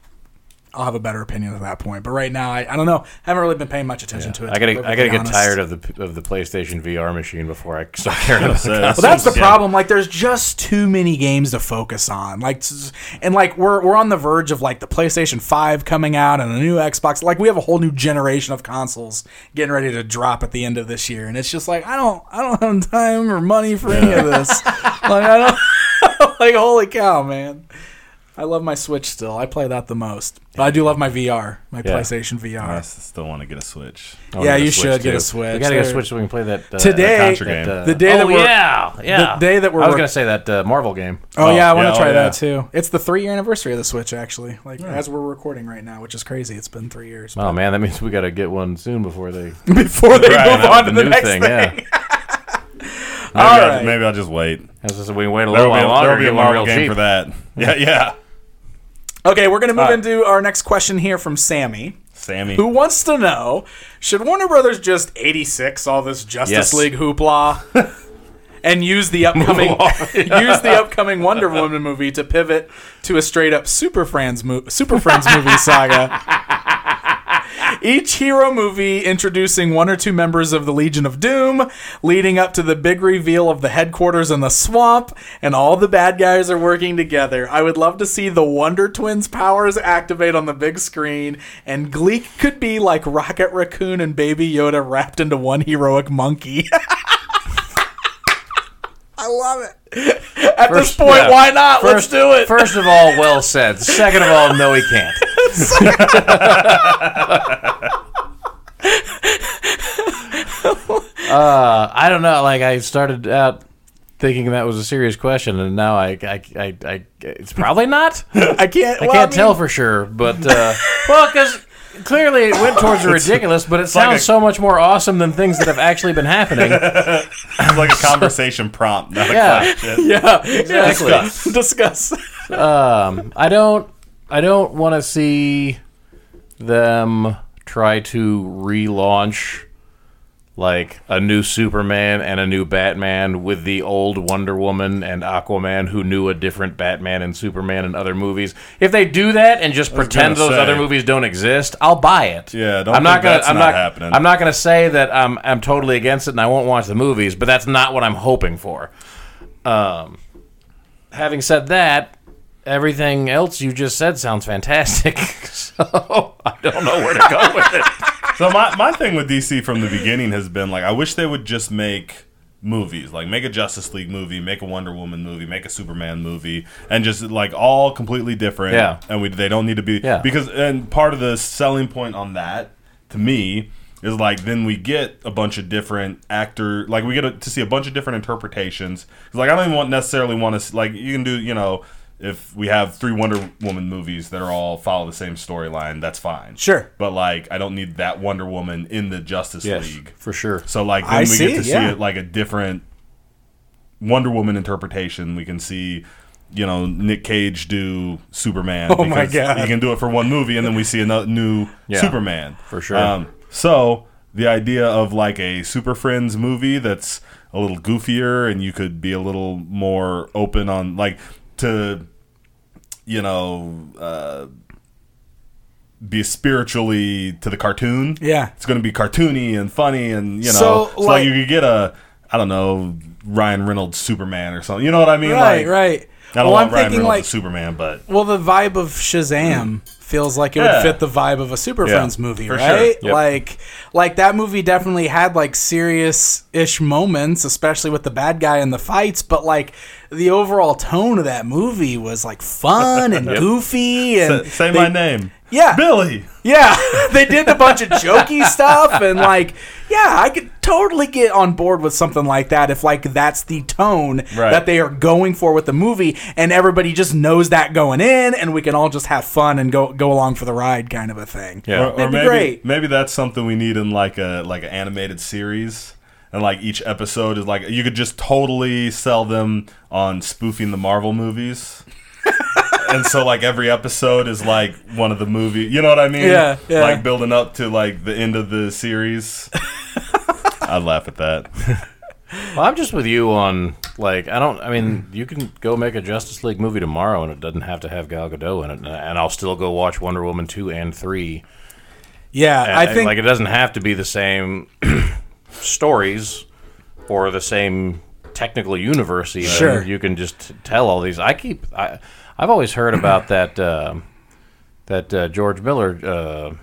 I'll have a better opinion at that point. But right now, I, I don't know. I haven't really been paying much attention to it.
I gotta I gotta get tired of the of the PlayStation VR machine before I start caring about
So-
that.
Well, that's the
Yeah.
problem. Like, there's just too many games to focus on. Like, s- and like we're we're on the verge of like the PlayStation Five coming out and a new Xbox. Like, we have a whole new generation of consoles getting ready to drop at the end of this year, and it's just like I don't I don't have time or money for any of this. like, I don't. like, holy cow, man! I love my Switch still. I play that the most, but I do love my VR, my
Yeah.
PlayStation VR.
I s- still want to get a Switch.
I wanna
yeah,
get a
you
Switch,
should get a
too.
Switch.
We gotta get a
There-
Switch so we can play that uh,
Today-
Contra
that,
game.
uh,
The day that
oh,
we're-
yeah, yeah.
day that we're
I was
rec-
gonna say that uh, Marvel game.
Oh, yeah, I
yeah,
want to
oh,
try
yeah.
that too. It's the three year anniversary of the Switch, actually. Like as we're recording right now, which is crazy. It's been three years.
Oh man, that means we gotta get one soon before they
Before they
Right,
move on to
the
the
new
next
thing,
thing,
yeah.
Maybe,
All
I'll,
right.
maybe I'll just wait.
As I said, we can wait a
There
little
will be,
while
a-
longer.
there'll
to
be
Get
a
one real
Marvel game
cheap.
for that. Yeah, yeah.
Okay, we're gonna move
right.
into our next question here from Sammy,
Sammy.
who wants to know: Should Warner Brothers just eighty six all this Justice
Yes.
League hoopla? And use the upcoming use the upcoming Wonder Woman movie to pivot to a straight up Super Friends mo- Super Friends movie saga. Each hero movie introducing one or two members of the Legion of Doom, leading up to the big reveal of the headquarters in the swamp, and all the bad guys are working together. I would love to see the Wonder Twins' powers activate on the big screen, and Gleek could be like Rocket Raccoon and Baby Yoda wrapped into one heroic monkey. I love it. At this
First-
point,
yeah.
why not? let Let's
First-
do it.
First of all, well said. Second of all, no, he can't. uh, I don't know. Like I started out thinking that was a serious question, and now I, I, I, I it's probably not. I
I can't. well,
can't
mean,
tell for sure, but uh, well, because clearly it went towards the ridiculous, but it sounds
like a-
so much more awesome than things that have actually been happening.
It's like a conversation prompt. Not a
Yeah.
question.
Yeah, exactly.
Discuss.
Discuss.
Um, I don't. I don't want to see them try to relaunch like a new Superman and a new Batman with the old Wonder Woman and Aquaman who knew a different Batman and Superman and other movies. If they do that and just pretend
gonna
those
say.
other movies don't exist, I'll buy it.
Yeah, don't
I'm not
think
gonna.
that's
I'm
not
not
happening.
I'm not gonna say that I'm I'm totally against it and I won't watch the movies, but that's not what I'm hoping for. Um, having said that, everything else you just said sounds fantastic. so I don't know where to go with it.
So my, my thing with DC from the beginning has been like I wish they would just make movies like make a Justice League movie, make a Wonder Woman movie, make a Superman movie, and just like all completely different.
Yeah.
and we they don't need to be
Yeah.
because and part of the selling point on that to me is like then we get a bunch of different actor like we get a, to see a bunch of different interpretations. 'Cause, like I don't even want necessarily want to like you can do you know. If we have three Wonder Woman movies that are all follow the same storyline, that's fine.
Sure.
But like, I don't need that Wonder Woman in the Justice League.
for sure.
So like, then
I
we
see
get to
it, yeah.
see it like a different Wonder Woman interpretation. We can see, you know, Nick Cage do Superman.
Oh my
because
God.
He can do it for one movie, and then we see another new
Yeah,
Superman Um,
for sure.
so the idea of like a Super Friends movie that's a little goofier, and you could be a little more open on like to, you know. Uh, be spiritually to the cartoon.
Yeah.
It's going to be cartoony and funny and, you know,
So,
it's like,
like-
you could get a, I don't know, Ryan Reynolds Superman or something. You know what I mean?
Right,
like,
right.
I don't
well,
want
I'm
Ryan
thinking
Reynolds
like,
as Superman, but
well, the vibe of Shazam feels like it
Yeah.
would fit the vibe of a Super
Yeah,
Friends movie,
for sure.
right?
Yep.
Like, like that movie definitely had like serious-ish moments, especially with the bad guy in the fights. But like the overall tone of that movie was like fun and goofy, and
say, say
they-
my name.
Yeah.
Billy.
Yeah, they did a bunch of jokey stuff and like, yeah, I could totally get on board with something like that if like that's the tone
Right.
that they are going for with the movie and everybody just knows that going in and we can all just have fun and go go along for the ride kind of a thing.
Yeah.
Or, or
That'd be
maybe
great.
maybe that's something we need in like a like an animated series. And like each episode is like you could just totally sell them on spoofing the Marvel movies. and so like every episode is like one of the movie you know what I mean?
Yeah, yeah.
Like building up to like the end of the series. I'd laugh at that.
Well, I'm just with you on like I don't. I mean, you can go make a Justice League movie tomorrow, and it doesn't have to have Gal Gadot in it, and- and I'll still go watch Wonder Woman two and three.
Yeah,
And-
I
and,
think
like it doesn't have to be the same stories or the same technical universe. Even.
Sure.
you can just tell all these. I keep I I've always heard about that um that uh, George Miller. Uh,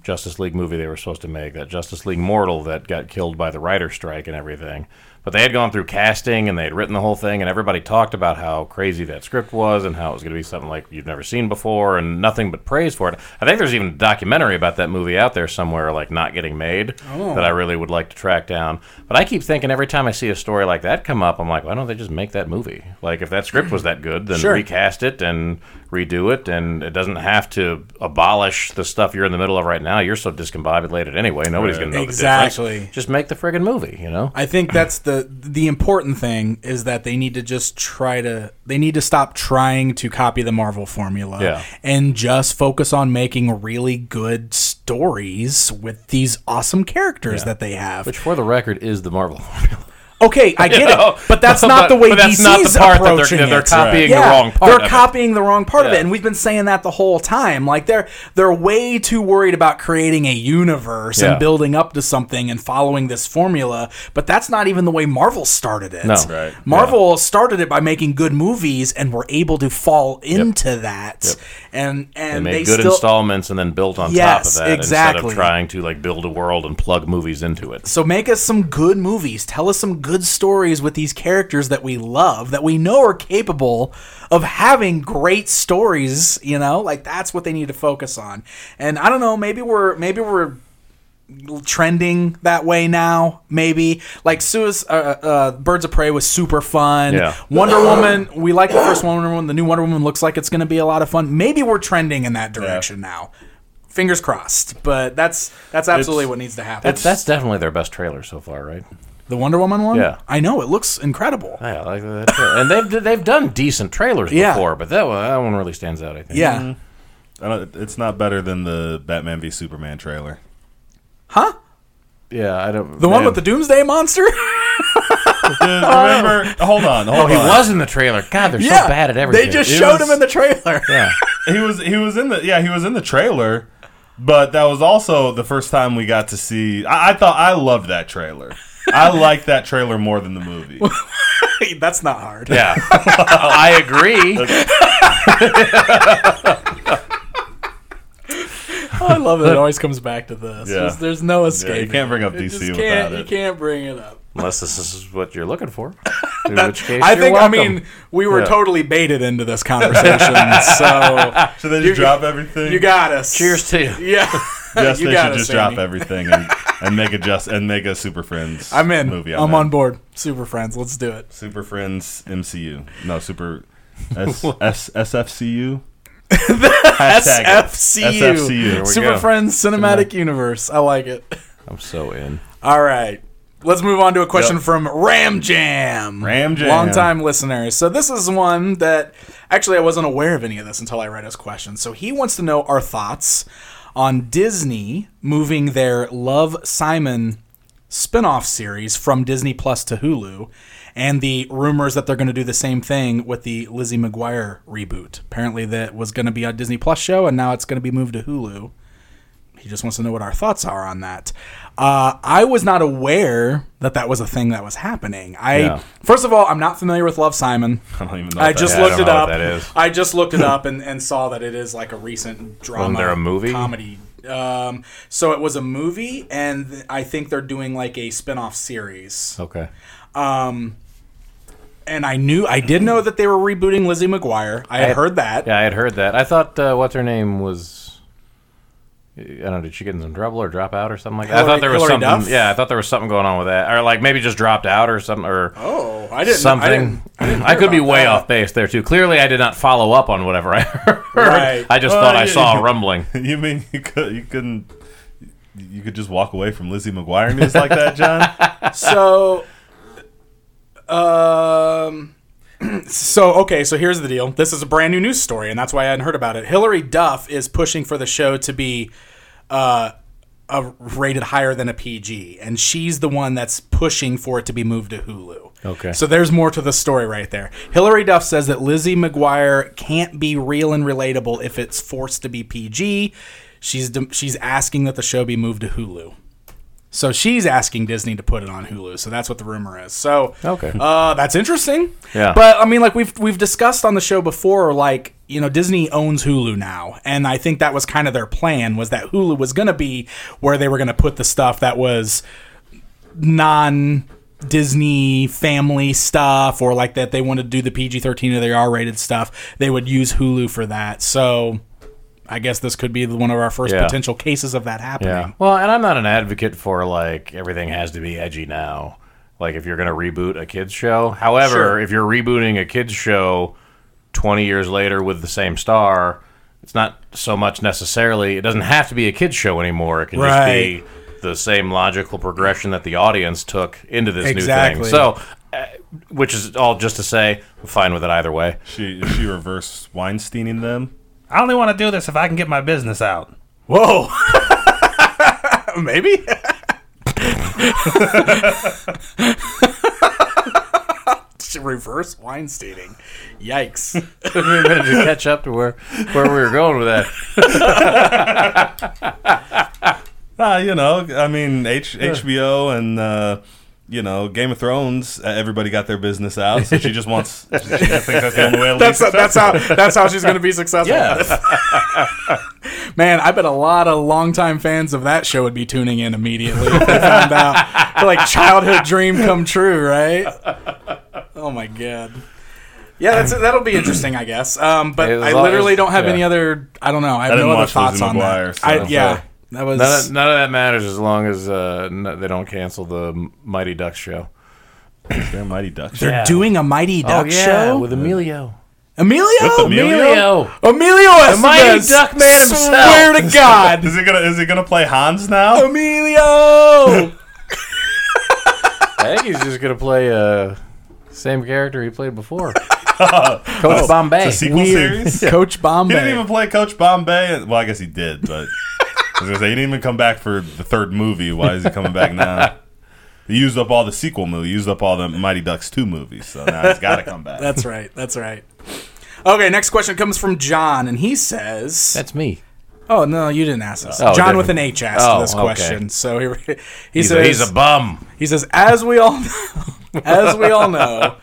Justice League movie they were supposed to make, that Justice League Mortal that got killed by the writer strike and everything. But they had gone through casting and they had written the whole thing, and everybody talked about how crazy that script was and how it was going to be something like you've never seen before and nothing but praise for it. I think there's even a documentary about that movie out there somewhere, like not getting made, that I really would like to track down. But I keep thinking every time I see a story like that come up, I'm like, why don't they just make that movie? Like, if that script was that good, then
Sure.
recast recast it and redo it, and it doesn't have to abolish the stuff you're in the middle of right now. You're so discombobulated anyway; nobody's gonna know the
Exactly.
difference. Just make the friggin' movie, you know?
I think that's the the important thing is that they need to just try to they need to stop trying to copy the Marvel formula
Yeah.
and just focus on making really good stories with these awesome characters that they have.
Which, for the record, is the Marvel formula.
okay, I get it, but that's not the way
but that's
DC's
not the part that they're-
approaching
that they're
it.
copying the
Yeah,
wrong part
They're
of it.
copying the wrong part of it,
Yeah.
and we've been saying that the whole time. Like they're they're way too worried about creating a universe
Yeah.
and building up to something and following this formula, but that's not even the way Marvel started it.
No.
Right.
Marvel started it by making good movies and were able to fall into that, and
They
and
made
they,
good
still.
installments and then built on
Yes,
top of that instead
exactly.
of trying to like build a world and plug movies into it.
so make us some good movies. Tell us some good stories with these characters that we love that we know are capable of having great stories, you know? Like that's what they need to focus on. And I don't know, maybe we're maybe we're trending that way now maybe like Suis- uh, uh, birds of prey was super fun
Yeah.
wonder woman we like the first wonder woman the new wonder woman looks like it's going to be a lot of fun maybe we're trending in that direction now fingers crossed but that's that's absolutely what needs to happen
That's, that's definitely their best trailer so far, right?
the wonder woman one
Yeah. Uh,
i know it looks incredible
Yeah, like that tra- and they've they've done decent trailers
Yeah.
before, but that one, that one really stands out. I think.
yeah
I don't, it's not better than the Batman v Superman trailer.
huh
yeah, I don't.
the one
Man.
with the doomsday monster
Dude, remember? Hold on, hold
oh,
on.
he was in the trailer. God, they're
yeah
so bad at everything.
they just
It
showed
was-
him in the trailer
yeah.
He was. He was in the. Yeah, he was in the trailer. But that was also the first time we got to see. I, I thought I loved that trailer. I liked that trailer more than the movie.
that's not hard
Yeah,
Oh.
I agree.
i love that it always comes back to this
Yeah.
there's, there's no
Yeah,
escape
you can't bring up
You
DC
just
without
can't,
it.
you can't bring it up.
Unless this is what you're looking for. In which case,
I
you're
think I
welcome.
mean we were
Yeah.
totally baited into this conversation, so
Should they just
You-
drop everything?
you got us.
cheers to you.
Yeah.
yes,
you
they
got
should
us,
just
Andy.
drop everything and, and make a just and make a Super Friends.
I'm in.
Movie.
I'm
in.
on board. Super friends. Let's do it.
Super Friends MCU. No, Super S, S, SFCU. Hashtag it.
SFCU.
SFCU.
Super
go.
Friends Cinematic Universe. I like it.
I'm so in.
All right. Let's move on to a question
Yep.
from Ram Jam.
Ram Jam.
Long time listener. So this is one that actually I wasn't aware of any of this until I read his question. So he wants to know our thoughts on Disney moving their Love Simon spin-off series from Disney Plus to Hulu and the rumors that they're going to do the same thing with the Lizzie McGuire reboot. Apparently that was going to be a Disney Plus show and now it's going to be moved to Hulu. He just wants to know what our thoughts are on that. Uh, I was not aware that that was a thing that was happening. I
Yeah.
first of all, I'm not familiar with Love Simon.
I don't even know.
I
if that-
just
yeah, I
looked
don't
it
know what
up.
that is.
I just looked it up and, and saw that it is like a recent drama.
there a movie?
comedy? Um, so it was a movie, and th- I think they're doing like a spin-off series. Um,
Okay.
And I knew I did know that they were rebooting Lizzie McGuire. I had
I-
heard that.
Yeah, I had heard that. I thought uh, what's her name was. I don't know. Did she get in some trouble or drop out or something like that? I
Hillary-
thought there was
Hillary
something.
Duff?
Yeah, I thought there was something going on with that, or like maybe just dropped out or something, or
Oh, I didn't. I
something.
didn't-
I,
didn't hear
could be
about
way
that.
off base there too. Clearly, I did not follow up on whatever I heard.
Right.
I just
Well,
thought I
yeah,
saw
yeah.
a rumbling.
You mean you could you couldn't you could just walk away from Lizzie McGuire news like that, John?
so um so okay so here's the deal this is a brand new news story and that's why i hadn't heard about it hillary duff is pushing for the show to be uh a rated higher than a pg and she's the one that's pushing for it to be moved to hulu
Okay.
so there's more to the story right there hillary duff says that lizzie mcguire can't be real and relatable if it's forced to be pg she's dem- she's asking that the show be moved to hulu so she's asking Disney to put it on Hulu. So that's what the rumor is. So
Okay.
uh, that's interesting.
Yeah.
but I mean, like we've we've discussed on the show before, like you know Disney owns Hulu now, and I think that was kind of their plan was that Hulu was going to be where they were going to put the stuff that was non Disney family stuff or like that they want to do the PG thirteen or the R rated stuff. They would use Hulu for that. So. I guess this could be one of our first
Yeah.
potential cases of that happening.
Yeah. Well, and I'm not an advocate for like everything has to be edgy now. Like if you're going to reboot a kids show. However,
Sure.
if you're rebooting a kids show 20 years later with the same star, it's not so much necessarily it doesn't have to be a kids show anymore. It can
Right.
just be the same logical progression that the audience took into this
Exactly.
new thing. So, uh, which is all just to say, I'm fine with it either way.
She she reverse Weinsteining them.
I only want to do this if I can get my business out.
Whoa. Maybe. Reverse Weinsteining. Yikes.
we were going to catch up to where where we were going with that.
Ah, you know, I mean H, HBO and uh, you know, Game of Thrones, uh, everybody got their business out, so she just wants. she thinks that's the only way. it'll be
That's that's how that's how she's gonna be successful.
Yeah.
Man, I bet a lot of longtime fans of that show would be tuning in immediately if they found out. They're like childhood dream come true, right? Oh my god. Yeah, that's, that'll be interesting, I guess. Um, but
It was
I
all-
literally
it was-
don't have
yeah.
any other. I don't know. I have
didn't
no other
watch
thoughts
Lizzie
on
McGuire,
that. I,
so-
yeah, that was
None of, none of that matters as long as uh, n- they don't cancel the Mighty Ducks show.
They're Mighty Ducks.
they're doing a Mighty Duck show.
Oh, with Emilio.
Emilio,
With Emilio?
Emilio.
Emilio
The Mighty
Estevez.
Duck man himself.
Swear to God,
Is he gonna is he gonna play Hans now?
Emilio.
I think he's just gonna play uh, same character he played before. Coach Bombay.
It's a sequel series.
Coach
He
Bombay.
didn't even play Coach Bombay. Well, I guess he did, but I was gonna say he didn't even come back for the third movie. Why is he coming back now? He used up all the sequel movies. He used up all the Mighty Ducks two movies. So now he's got to come back.
That's right. That's right. Okay, next question comes from John, and he says,
That's me.
"Oh no, you didn't ask this.
Oh,
John
different-
with an H asked
Oh,
this
okay.
question. So here he
He's,
says,
a, he's a bum.
he says, as we all know, as we all know,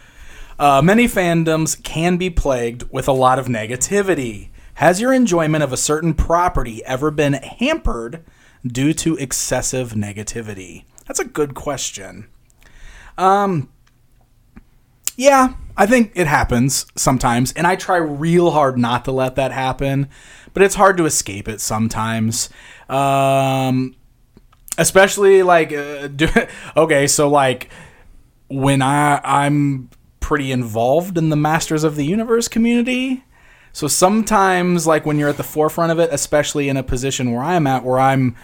uh, many fandoms can be plagued with a lot of negativity. Has your enjoyment of a certain property ever been hampered due to excessive negativity? That's a good question. Um, Yeah, I think it happens sometimes, and I try real hard not to let that happen, but it's hard to escape it sometimes. Um, especially like, uh, do, okay, so like when I I'm pretty involved in the Masters of the Universe community. So sometimes, like when you're at the forefront of it, especially in a position where I'm at, where I'm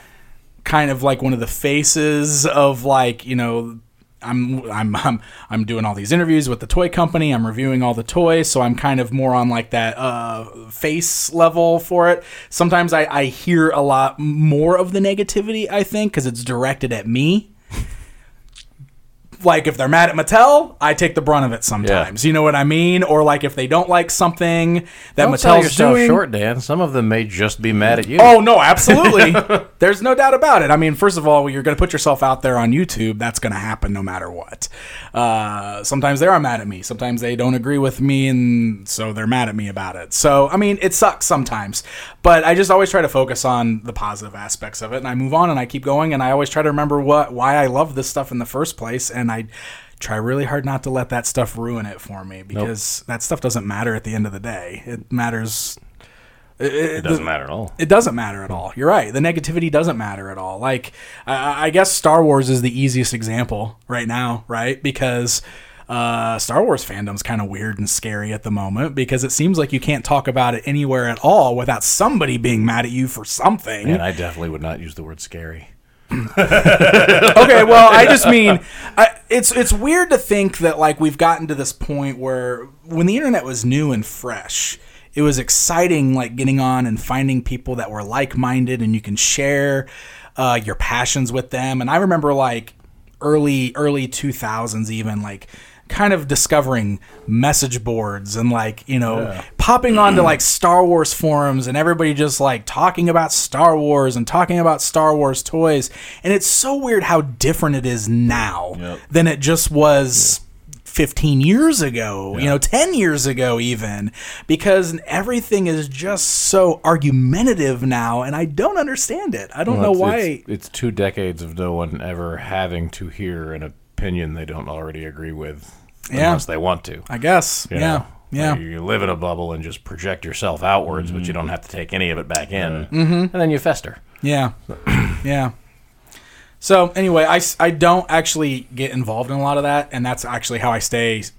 kind of like one of the faces of like you know I'm I'm I'm I'm doing all these interviews with the toy company. I'm reviewing all the toys, so I'm kind of more on like that uh, face level for it. Sometimes I, I hear a lot more of the negativity, I think, because it's directed at me. Like if they're mad at Mattel, I take the brunt of it sometimes. You know what I mean? Or like if they don't like something that
Don't
Mattel's
sell yourself
doing,
short, Dan. Some of them may just be mad at you.
Oh no, absolutely. There's no doubt about it. I mean, first of all, you're going to put yourself out there on YouTube. That's going to happen no matter what. Uh, sometimes they are mad at me. Sometimes they don't agree with me, and so they're mad at me about it. So I mean, it sucks sometimes. But I just always try to focus on the positive aspects of it, and I move on and I keep going, and I always try to remember what why I love this stuff in the first place, and I. Try really hard not to let that stuff ruin it for me because that stuff doesn't matter at the end of the day. It matters
it doesn't matter at all.
it doesn't matter at all. You're right. The negativity doesn't matter at all. Like, I, I guess Star Wars is the easiest example right now, right? Because uh, Star Wars fandom's kind of weird and scary at the moment because it seems like you can't talk about it anywhere at all without somebody being mad at you for something.
And I definitely would not use the word scary.
okay, well, I just mean I, it's it's weird to think that like we've gotten to this point where when the internet was new and fresh, it was exciting like getting on and finding people that were like-minded and you can share uh, your passions with them. And I remember like early early 2000s even like kind of discovering message boards and like you know popping onto like star wars forums and everybody just like talking about star wars and talking about star wars toys and it's so weird how different it is now than it just was 15 years ago, you know, 10 years ago, even, because everything is just so argumentative now, and I don't understand it. I don't know why.
It's, it's two decades of no one ever having to hear an opinion they don't already agree with,
Yeah.
unless they want to.
I guess.
you
Yeah.
know?
Yeah. Mm-hmm.
You- you live in a bubble and just project yourself outwards, but you don't have to take any of it back in, mm-hmm. and then you fester.
Yeah. yeah. So anyway, I, s- I don't actually get involved in a lot of that, and that's actually how I stay s-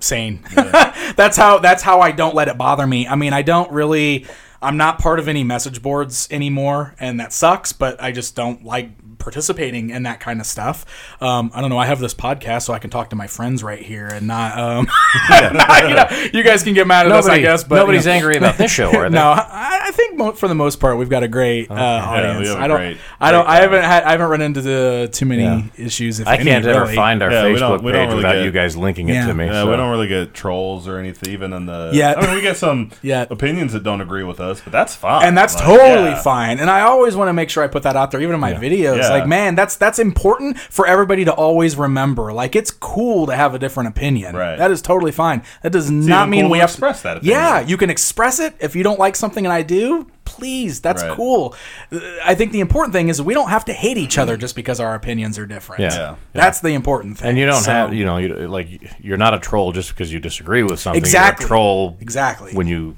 sane. that's how that's how I don't let it bother me. I mean, I don't really. I'm not part of any message boards anymore, and that sucks. But I just don't like participating in that kind of stuff. Um, I don't know. I have this podcast, so I can talk to my friends right here, and not. Um, you, know, you guys can get mad at us, I guess. But you
nobody's
know.
angry about this show, are they?
No, I, I think think mo- for the most part we've got a great uh, audience.
have a
I don't.
great-
I don't.
great
I haven't. Had, I haven't run into the, too many
Yeah.
issues. If
I
any,
can't ever
really.
find our
Yeah, we
Facebook
don't- we don't
page
really
without
get-
you guys linking it
Yeah.
to me.
Yeah,
so.
we don't really get trolls or anything, even in the.
Yeah.
I mean, we get some
Yeah.
opinions that don't agree with us, but that's fine.
and that's
Like,
totally
yeah.
fine. And I always want to make sure I put that out there, even in my videos.
Yeah.
Like, man, that's that's important for everybody to always remember. Like, it's cool to have a different opinion.
Right.
That is totally fine. That does not
even
mean
cool
we
to
have
express that opinion.
Yeah, you can express it if you don't like something, and I do. Please, that's
Right.
cool. Uh, I think the important thing is we don't have to hate each other just because our opinions are different.
Yeah.
Yeah.
that's the important thing.
And you don't
So-
have, you know, you, like you're not a troll just because you disagree with something.
Exactly.
You're a troll
Exactly.
when you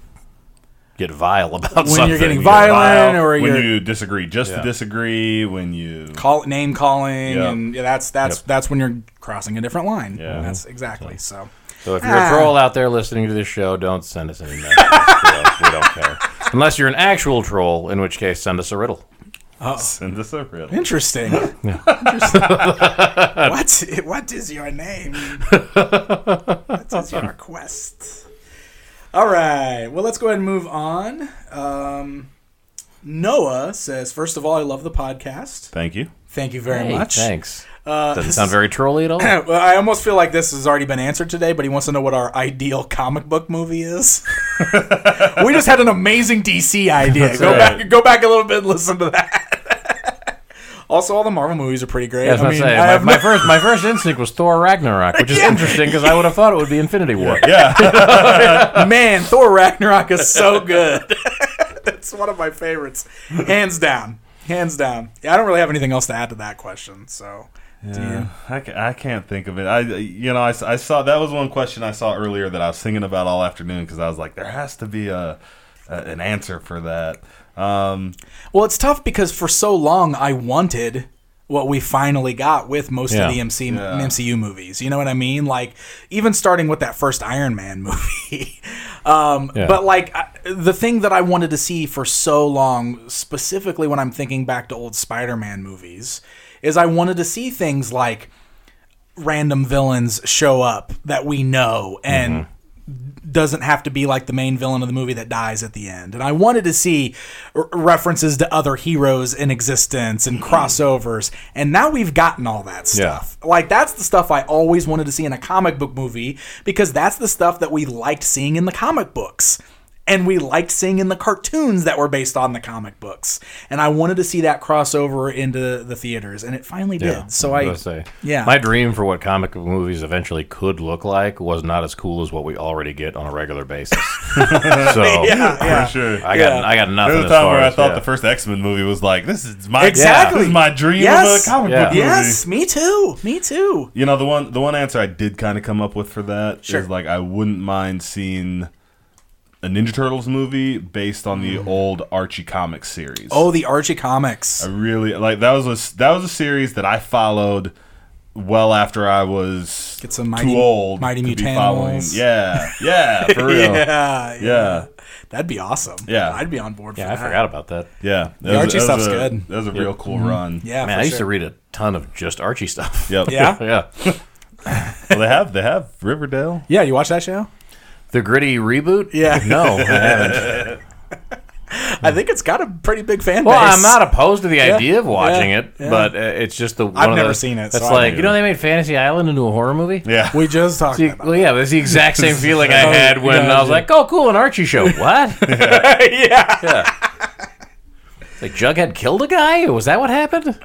get vile about
you're
something.
getting
you know?
violent.
Well,
or
when
you're-
you disagree, just to
Yeah.
disagree. When you
call it name calling,
Yep.
and yeah, that's that's
Yep.
that's when you're crossing a different line.
Yeah.
that's exactly so.
So if you're a
Ah.
troll out there listening to this show, don't send us any messages. to us. we don't care. Unless you're an actual troll, in which case send us a riddle.
send us a riddle,
Interesting. Interesting. what what is your name? What is your request? All right. Well, let's go ahead and move on. Um, Noah says, first of all, I love the podcast.
thank you.
Thank you very
Hey,
much.
Thanks.
Uh,
Doesn't sound very trolly at all.
well, I almost feel like this has already been answered today, but he wants to know what our ideal comic book movie is. we just had an amazing DC idea. go
right.
back, go back a little bit and listen to that. also, all the Marvel movies are pretty great.
I was
I
about
mean,
to say,
I
my,
have
my
no-
first my first instinct was Thor Ragnarok, which is interesting because I would have thought it would be Infinity War.
Yeah,
man, Thor Ragnarok is so good. it's one of my favorites, hands down, hands down. Yeah, I don't really have anything else to add to that question. So, do you?
I, ca- I can't think of it. I you know I, s- I saw that was one question I saw earlier that I was thinking about all afternoon because I was like there has to be a, a an answer for that. Um,
Well, it's tough because for so long I wanted what we finally got with most
Yeah.
of the MC,
Yeah.
MCU movies. You know what I mean? Like even starting with that first Iron Man movie. um,
Yeah.
But like I, the thing that I wanted to see for so long, specifically when I'm thinking back to old Spider-Man movies, is I wanted to see things like random villains show up that we know and
Mm-hmm.
doesn't have to be like the main villain of the movie that dies at the end. And I wanted to see r- references to other heroes in existence and crossovers. And now we've gotten all that stuff. Like that's the stuff I always wanted to see in a comic book movie because that's the stuff that we liked seeing in the comic books. And we liked seeing in the cartoons that were based on the comic books. And I wanted to see that crossover into the theaters. And it finally did. So I,
was gonna say.
yeah.
My dream for what comic book movies eventually could look like was not as cool as what we already get on a regular basis. so
yeah.
for sure.
I got
Yeah.
I got nothing.
There was a
as
time
far
where I
as-
thought
yeah.
the first X Men movie was like, this is my
Exactly.
this is my dream
Yes.
of a comic
Yeah.
book movie.
Yes, me too. Me too.
You know the one the one answer I did kind of come up with for that is
Sure.
like I wouldn't mind seeing a Ninja Turtles movie based on
Mm.
the old Archie comic series.
Oh, the Archie comics.
I really like that was a, that was a series that I followed well after I was
Get some Mighty-
too old
Mighty
to be
Mutant
following.
Animals.
Yeah, yeah, for real. yeah.
Yeah,
Yeah,
That'd be awesome.
Yeah.
I'd be on board for
Yeah, I
that.
forgot about that.
That was-
Archie
that was
stuff's
a-
good. Mm-hmm.
That was a real cool run.
Yeah,
Man,
for
I used
sure.
to read a ton of just Archie stuff.
Yep.
Yeah?
yeah.
Well, they have they have Riverdale.
Yeah, you watch that show?
The gritty reboot?
Yeah.
No, I haven't.
I think it's got a pretty big fan
Well,
base.
I'm not opposed to the idea of
yeah,
watching it,
yeah.
but uh, it's just the one of
never
the-
seen it, so
That's
I don't
like
know.
you know they made Fantasy Island into a horror movie.
Yeah.
We just talked
The-
about.
Well, yeah, it's the exact same feeling I had when
yeah,
I was
Oh, yeah.
like, "Oh, cool, an Archie show." What? yeah. Like Jughead killed a guy? Was that what happened?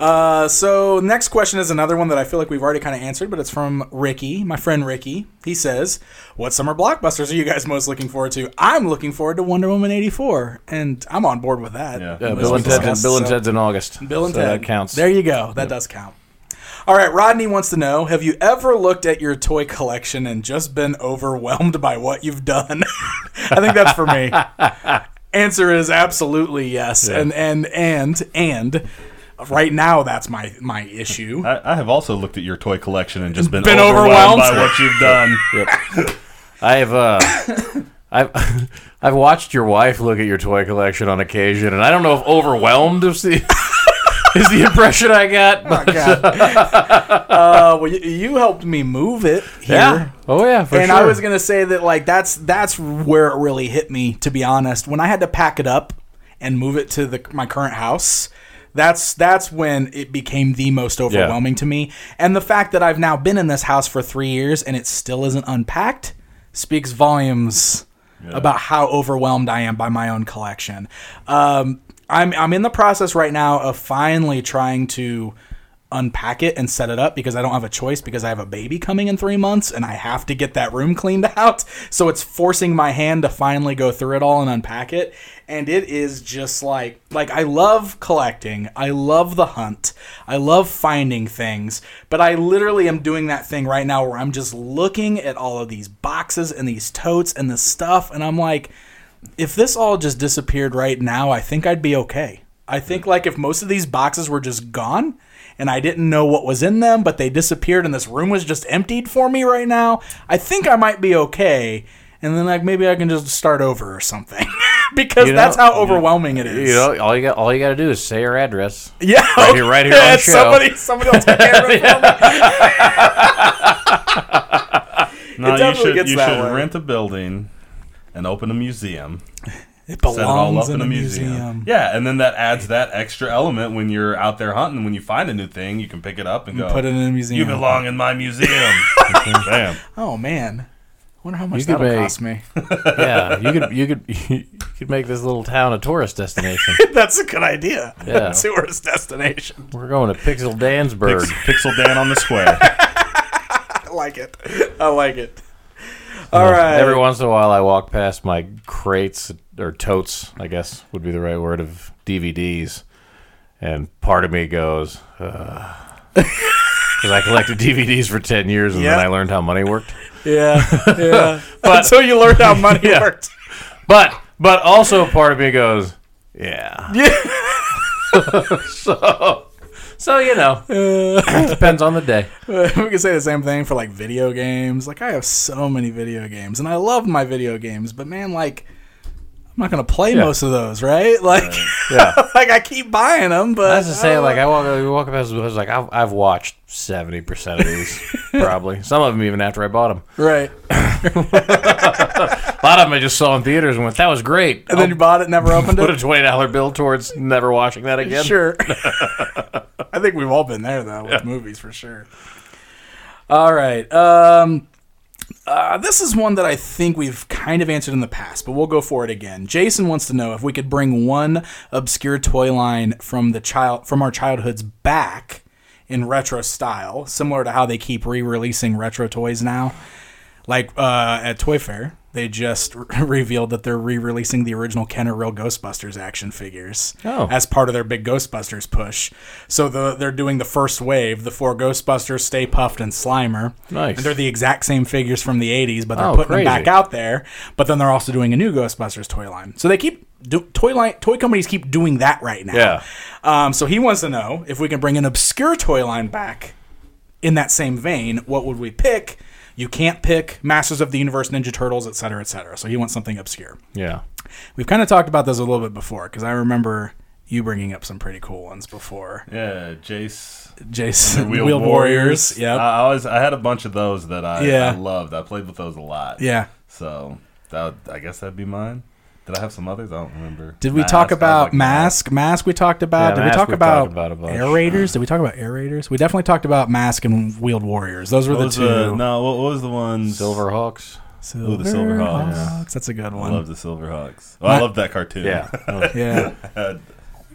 Uh, so next question is another one that I feel like we've already kind of answered, but it's from Ricky, my friend Ricky. He says, "What summer blockbusters are you guys most looking forward to?" I'm looking forward to Wonder Woman '84, and I'm on board with that.
Yeah.
Uh,
As
Bill
we
and Ted's in,
discussed,
Bill and
so-
Ted's in August.
Bill and
so
Ted
That counts.
There you go. That does count. All right, Rodney wants to know: Have you ever looked at your toy collection and just been overwhelmed by what you've done? I think that's for me. Answer is absolutely yes, and and and and. Right now, that's my my issue.
I, I have also looked at your toy collection and just been,
Been
overwhelmed,
overwhelmed.
by what you've done.
I've uh, I've I've watched your wife look at your toy collection on occasion, and I don't know if overwhelmed is the is the impression I got. but-
Uh, well, you, you helped me move it here.
yeah. Oh yeah. For
and
sure.
I was gonna say that like that's that's where it really hit me to be honest. When I had to pack it up and move it to the my current house, that's that's when it became the most overwhelming to me. And the fact that I've now been in this house for three years and it still isn't unpacked speaks volumes about how overwhelmed I am by my own collection. Um, I'm I'm in the process right now of finally trying to unpack it and set it up because I don't have a choice because I have a baby coming in three months and I have to get that room cleaned out. So it's forcing my hand to finally go through it all and unpack it. And it is just like like I love collecting. I love the hunt. I love finding things. But I literally am doing that thing right now where I'm just looking at all of these boxes and these totes and this stuff and I'm like if this all just disappeared right now, I think I'd be okay. I think like if most of these boxes were just gone and I didn't know what was in them, but they disappeared and this room was just emptied for me right now, I think I might be okay. And then like maybe I can just start over or something. because
You know-
that's how overwhelming it is.
You know, all you got, all you got to do is say your address.
yeah.
Right here- right here on the
And
show.
Somebody somebody else took care of it for me.
No, you
definitely
should
gets
you
that
should
way.
rent a building and open a museum.
It
Set it all up
belongs
in,
in
a
the
museum.
museum.
Yeah, and then that adds that extra element when you're out there hunting. When you find a new thing, you can pick it up and go.
Put it in a museum.
you belong in my museum. Damn.
Oh man. wonder how much
You could
that'll
make-
cost me.
Yeah, you could you could you could make this little town a tourist destination.
That's a good idea.
Yeah.
Tourist destination.
We're going to Pixel Dansburg.
Pix- Pixel Dan on the square.
I like it. I like it. All right.
Every once in a while, I walk past my crates or totes, I guess would be the right word of DVDs, and part of me goes, because I collected DVDs for ten years, and then
Yeah.
I learned how money worked.
Yeah. Yeah.
But-
Until you learned how money
Yeah.
worked.
But but also part of me goes, yeah, yeah. so so you know, depends on the day.
we could say the same thing for like video games. Like I have so many video games and I love my video games, but man, like I'm not gonna play
Yeah.
most of those, right? Like
Yeah.
like I keep buying them, but
That's to say, like I walk, I walk past, I was like, I've, I've watched seventy percent of these, probably some of them even after I bought them.
right.
A lot of them I just saw in theaters and went, that was great.
And then you bought it, never opened
put a
it.
twenty dollar bill towards never watching that again.
Sure. I think we've all been there though with movies for sure. All right. Um, uh, this is one that I think we've kind of answered in the past, but we'll go for it again. Jason wants to know if we could bring one obscure toy line from the child from our childhoods back in retro style, similar to how they keep re-releasing retro toys now. Like uh, at Toy Fair, they just revealed that they're re-releasing the original Ken or Real Ghostbusters action figures
Oh.
as part of their big Ghostbusters push. So the, they're doing the first wave, the four Ghostbusters, Stay Puffed, and Slimer.
Nice.
And they're the exact same figures from the 80s, but they're
Oh,
putting
crazy.
them back out there. But then they're also doing a new Ghostbusters toy line. So they keep do, toy line toy companies keep doing that right now.
Yeah.
Um, so he wants to know if we can bring an obscure toy line back in that same vein. What would we pick? You can't pick Masters of the Universe, Ninja Turtles, et cetera, et cetera. So he wants something obscure.
Yeah.
We've kind of talked about this a little bit before because I remember you bringing up some pretty cool ones before.
Yeah, Jace.
Jason,
Wheel
Wheeled Warriors. Uh,
Yeah,
Yep.
I I always I had a bunch of those that I,
Yeah.
I loved. I played with those a lot.
yeah.
So that would, I guess that'd be mine. Did I have some others? I don't remember.
Did we
Mask,
talk
I
about
like
mask? Mask we talked about.
Yeah,
Did we
Mask
talk
we've
about,
talked about a bunch.
aerators? Did we talk about aerators? We definitely talked about mask and wheeled warriors. Those were
What
the
was
two.
the, no, what what was the ones?
Silverhawks.
Silver
the Silver Hawks.
Hawks. That's a good
I
one.
love the Silverhawks. Well, I
Ma-
loved that cartoon.
Yeah.
Yeah.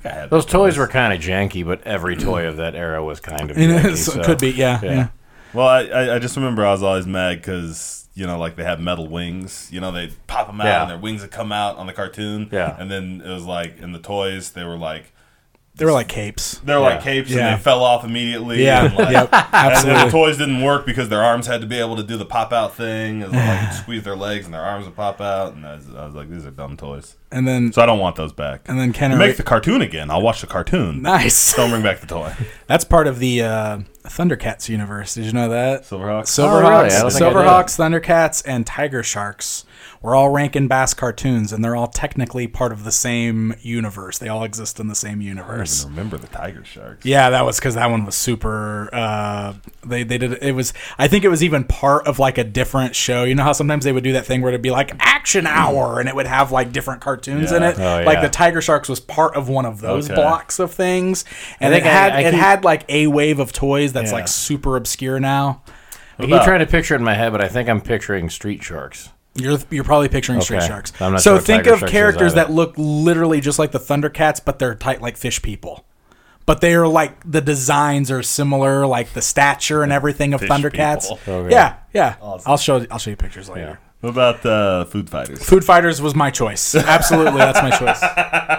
I had
Those toys were kind of janky, but every toy of that era was kind of
You know,
janky.
so
so-
it could be. Yeah.
Yeah.
Yeah.
Well, I, I, I just remember I was always mad because you know, like they had metal wings. You know, they would pop them out
Yeah.
and their wings would come out on the cartoon.
Yeah.
and then it was like in the toys they were like
They were like capes.
they were like
Yeah.
capes
Yeah.
and they fell off immediately.
Yeah.
and, like,
yep.
And then the
Absolutely.
toys didn't work because their arms had to be able to do the pop out thing. It was like you'd squeeze their legs and their arms would pop out. And I was, I was like, these are dumb toys.
And then
So I don't want those back.
and then Ken.
make
Make
the cartoon again. I'll watch the cartoon.
nice.
Don't bring back the toy.
That's part of the uh, Thundercats universe. Did you know that?
Silverhawks.
Silverhawks,
Oh, really? I don't think I did.
Silverhawks, Thundercats, and Tiger Sharks were all Rankin Bass cartoons, and they're all technically part of the same universe. They all exist in the same universe.
I remember the Tiger Sharks.
Yeah, that was because that one was super. Uh, they they did it was. I think it was even part of like a different show. You know how sometimes they would do that thing where it'd be like Action Hour, and it would have like different cartoons in
Yeah.
it.
Oh,
Like
yeah.
the Tiger Sharks was part of one of those
Okay.
blocks of things, and
I
it
think I-
had
I
it
keep-
had like a wave of toys that's
Yeah.
like super obscure now.
I
about-
keep trying to picture it in my head, but I think I'm picturing street sharks.
You're you're probably picturing street
Okay.
sharks.
I'm not
so
sure what
think
tiger
of
sharks is
characters
either.
that look literally just like the Thundercats, but they're tight like fish people. But they are like the designs are similar, like the stature and everything of Thundercats.
people.
Okay.
Yeah, yeah. I'll show I'll show you pictures later.
What about the Food Fighters?
Food Fighters was my choice. Absolutely, that's my choice.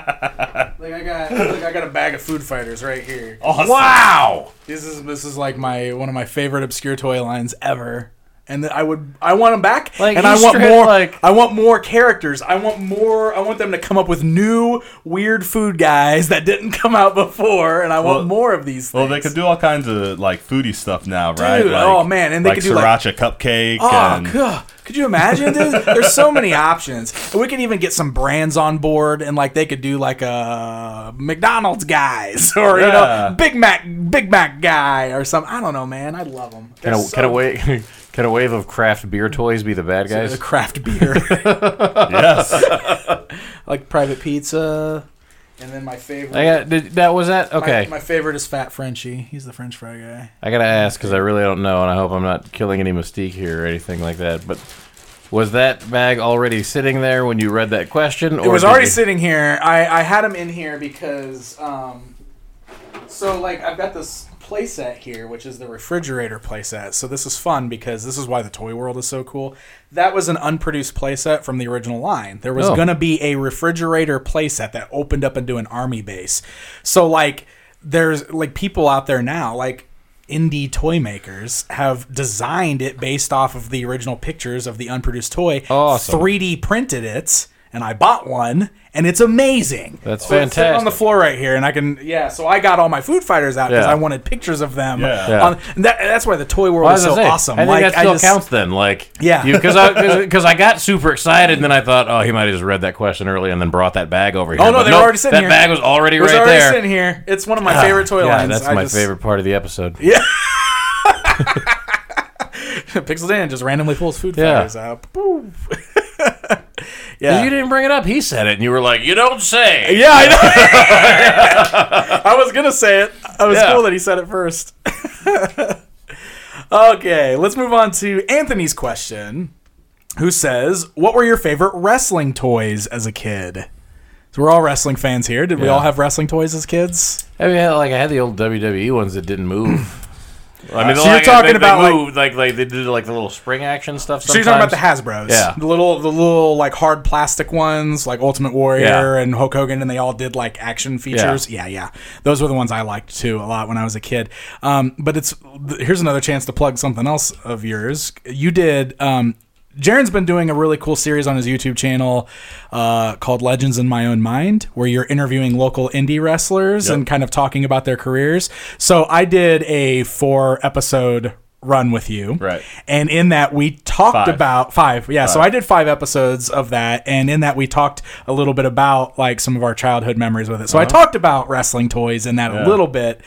Like I got, like I got a bag of Food Fighters right here.
Wow!
This is this is like my one of my favorite obscure toy lines ever. And that I would I want them back
Like,
and
you
I want
straight,
more
like-
I want more characters. I want more I want them to come up with new weird food guys that didn't come out before and I
Well-
want more of these things.
Well, they could do all kinds of like foodie stuff now, right?
Dude,
Like-
oh, man, and they
like
could do, like-
sriracha cupcake.
Oh,
and,
God. Could you imagine this? There's so many options. And we could even get some brands on board and like they could do like a McDonald's guys or you
Yeah.
know Big Mac Big Mac guy or some I don't know, man. I love them.
Can a, can a wave can a wave of craft beer toys be the bad
the
guys?
craft beer,
yes.
like private pizza, and then my favorite.
I got did, that was that
my-
okay.
My, favorite is Fat Frenchie. He's the French fry guy.
I gotta ask because I really don't know, and I hope I'm not killing any mystique here or anything like that. But was that bag already sitting there when you read that question? Or
It was
did
already
you-
sitting here. I, I had him in here because um, so like I've got this playset here, which is the refrigerator playset. So this is fun because this is why the toy world is so cool. That was an unproduced playset from the original line. There was
Oh.
gonna be a refrigerator playset that opened up into an army base. So like there's like people out there now like indie toy makers have designed it based off of the original pictures of the unproduced toy
Awesome.
3d printed it and i bought one and it's amazing
That's
So it's sitting on the
fantastic.
floor right here, and I can yeah. So I got all my food fighters out because
Yeah.
I wanted pictures of them.
Yeah.
Yeah.
On, and that, that's why the toy world
Well, I
is
was
so
gonna say,
awesome.
I think
like
that
I
still
just,
counts then. Like
Yeah.
because I because I got super excited and then I thought, oh, he might have just read that question early and then brought that bag over here.
Oh, no,
But
they were already sitting
that
here.
bag was already
It was
right
already
there.
sitting here. It's one of my favorite toy
yeah,
lines.
that's
I
my
just-
favorite part of the episode.
Pixel Dan just randomly pulls food
Yeah.
fighters out. Boop. yeah.
You didn't bring it up. He said it, and you were like, "You don't say."
yeah, I know. I was gonna say it. I was
Yeah.
cool that he said it first. okay, let's move on to Anthony's question, who says, "What were your favorite wrestling toys as a kid?" So we're all wrestling fans here. Did we
Yeah.
all have wrestling toys as kids?
I mean, like I had the old WWE ones that didn't move. I mean,
So you're
like,
talking
they- they
about, like-
moved, like, like they did like the little spring action stuff. Sometimes.
So you're talking about the Hasbro's,
Yeah.
the little, the little like hard plastic ones, like Ultimate Warrior
Yeah.
and Hulk Hogan, and they all did like action features. Yeah. yeah, those were the ones I liked too a lot when I was a kid. Um, but it's th- here's another chance to plug something else of yours. You did. Um, Jaron's been doing a really cool series on his YouTube channel uh, called Legends in My Own Mind, where you're interviewing local indie wrestlers and kind of talking about their careers. So I did a four episode run with you.
Right.
And in that, we talked
Five.
about five. Yeah. So I did five episodes of that. And in that, we talked a little bit about like some of our childhood memories with it.
Uh-huh.
So I talked about wrestling toys in that a little bit.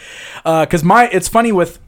Because my, it's funny with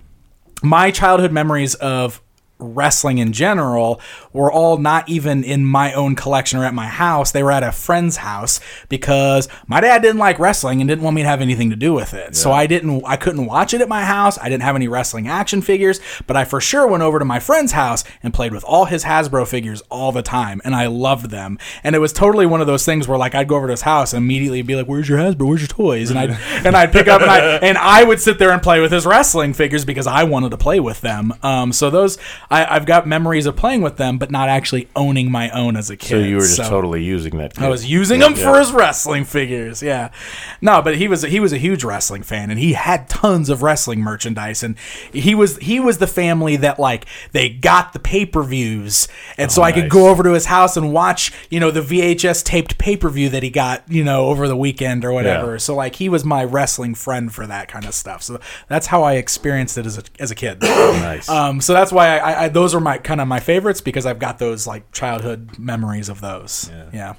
my childhood memories of wrestling in general were all not even in my own collection or at my house they were at a friend's house because my dad didn't like wrestling and didn't want me to have anything to do with it so i didn't i couldn't watch it at my house i didn't have any wrestling action figures but i for sure went over to my friend's house and played with all his hasbro figures all the time and i loved them and it was totally one of those things where like i'd go over to his house and immediately be like where's your hasbro where's your toys and i'd and i'd pick up and i and i would sit there and play with his wrestling figures because i wanted to play with them um so those I, I've got memories of playing with them, but not actually owning my own as a kid.
So you were just
so-
totally using that.
I was using him for his wrestling figures. Yeah, no, but he was he was a huge wrestling fan, and he had tons of wrestling merchandise. And he was he was the family that like they got the pay per views, and so I could
Oh, nice.
go over to his house and watch you know the VHS taped pay per view that he got you know over the weekend or whatever.
Yeah.
So like he was my wrestling friend for that kind of stuff. So that's how I experienced it as a as a kid.
nice.
Um, so that's why I, I, I those are my kind of my favorites because I've got those like childhood memories of those. yeah.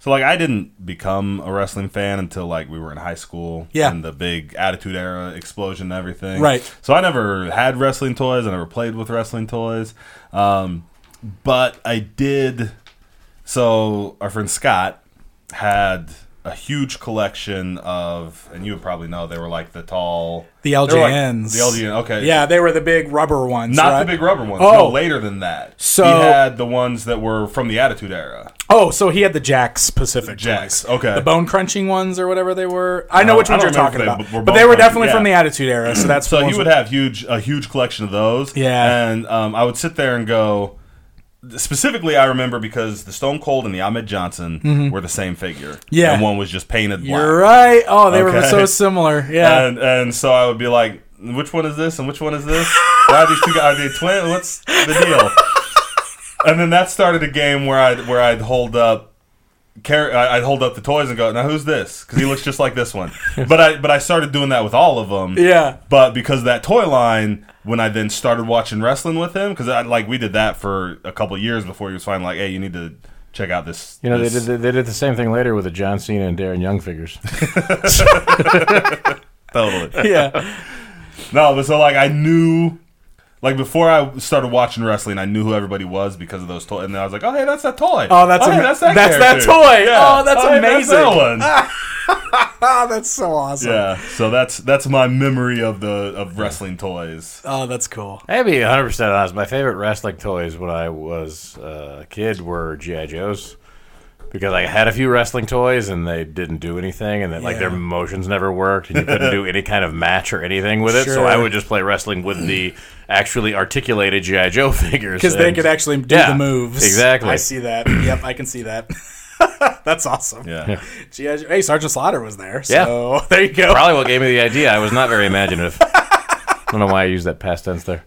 So like I didn't become a wrestling fan until like we were in high school.
Yeah.
And the big Attitude Era explosion and everything.
Right.
So I never had wrestling toys. I never played with wrestling toys. Um, but I did. So our friend Scott had a huge collection of, and you would probably know they were like the tall.
The
they were, like,
LJNs.
the LJN. Okay.
Yeah, they were the big rubber ones.
Not
right?
the big rubber ones.
Oh.
No, later than that.
So-
he had the ones that were from the Attitude Era.
Oh, so he had the Jacks Pacific.
Jacks,
ones.
okay.
The bone crunching ones or whatever they were. I know
No,
which
I
ones you're
don't remember
talking about,
if they b- were
but
bone
they were
crunching,
definitely from the
yeah.
Attitude Era. So that's
So
the
he
ones
would have huge a huge collection of those.
Yeah.
And um, I would sit there and go. Specifically, I remember because the Stone Cold and the Ahmed Johnson were the same figure.
Mm-hmm. Yeah.
And one was just painted black.
You're right. Oh, they were
Okay.
so similar. Yeah.
And and so I would be like, which one is this and which one is this? Why are these two guys? Are they twin? What's the deal? And then that started a game where I would where I'd hold up. Car- I- I'd hold up the toys and go, "Now who's this?" Because he looks just like this one. But I but I started doing that with all of them.
Yeah.
But because of that toy line, when I then started watching wrestling with him, because I like we did that for a couple years before he was finally like, "Hey, you need to check out this."
you know, they
this-
did, they did the same thing later with the John Cena and Darren Young figures.
totally.
yeah.
No, but so like I knew, like before I started watching wrestling, I knew who everybody was because of those toys, and then I was like, oh hey, that's that toy.
Oh, that's
hey,
ama- that's that
character.
toy. Oh, that's
hey,
amazing. Ah.
that one.
Oh, that's so awesome.
yeah, so that's that's my memory of the of wrestling toys.
Oh, that's cool.
I'd be 100 percent honest. My favorite wrestling toys when I was uh, a kid were GI Joes because I had a few wrestling toys and they didn't do anything, and that like their
Yeah.
motions never worked, and you couldn't do any kind of match or anything with it. So I
Sure.
would just play wrestling with the actually articulated GI Joe figures
Because they
and-
could actually do
Yeah,
the moves.
exactly.
I see that. Yep, I can see that. that's awesome.
Yeah,
G.I. Joe- Hey, Sergeant Slaughter was there. So
Yeah.
there you go.
Probably what gave me the idea. I was not very imaginative. I don't know why I used that past tense there.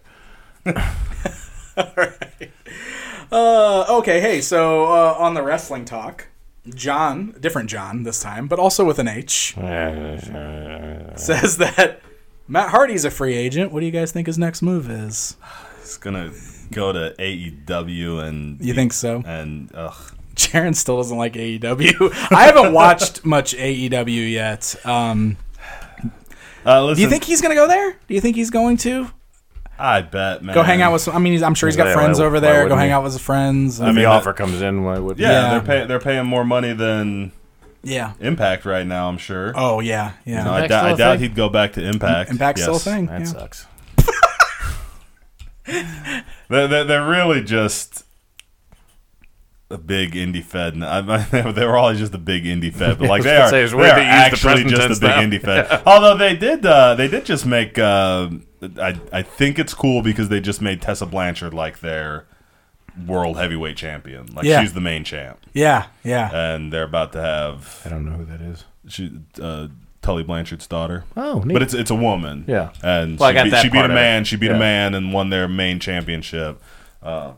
Uh, okay, hey, so uh, on the wrestling talk, John, different John this time, but also with an H, says that Matt Hardy's a free agent. What do you guys think his next move is?
it's gonna go to AEW and
You think so?
and ugh.
Jaron still doesn't like AEW. I haven't watched much AEW yet. Um,
Uh, listen,
do you think he's going to go there? Do you think he's going to
I bet, man.
go hang out with some? I mean, he's, I'm sure he's got
Yeah,
friends
why-
over
why
there. Go
wouldn't
hang
he?
out with his friends.
If the
mean,
offer comes in, why would
Yeah,
Yeah.
they're paying they're paying more money than
yeah.
Impact right now. I'm sure.
Oh, yeah. Yeah.
No, I,
Impact's still
dou- I
a
doubt
thing?
he'd go back to Impact.
and back still a
Yes.
thing.
That
yeah.
sucks.
They're, they're, they're really just a big indie fed. And I, I, they were all just a big indie fed, but like they
I was
are,
gonna say, it's
they
weird
are
that you used the
actually
present
just a
tense
big
now.
indie fed. Although they did, uh, they did just make. Uh, I I think it's cool because they just made Tessa Blanchard like their world heavyweight champion. Like
Yeah.
she's the main champ,
Yeah. Yeah.
and they're about to have
I don't know who that is.
she, uh, Tully Blanchard's daughter.
Oh, neat.
But it's it's a woman.
Yeah.
And
Well, I
she,
got
beat,
that
she beat
part
a
of
man.
it.
She beat
Yeah.
a man and won their main championship. Uh,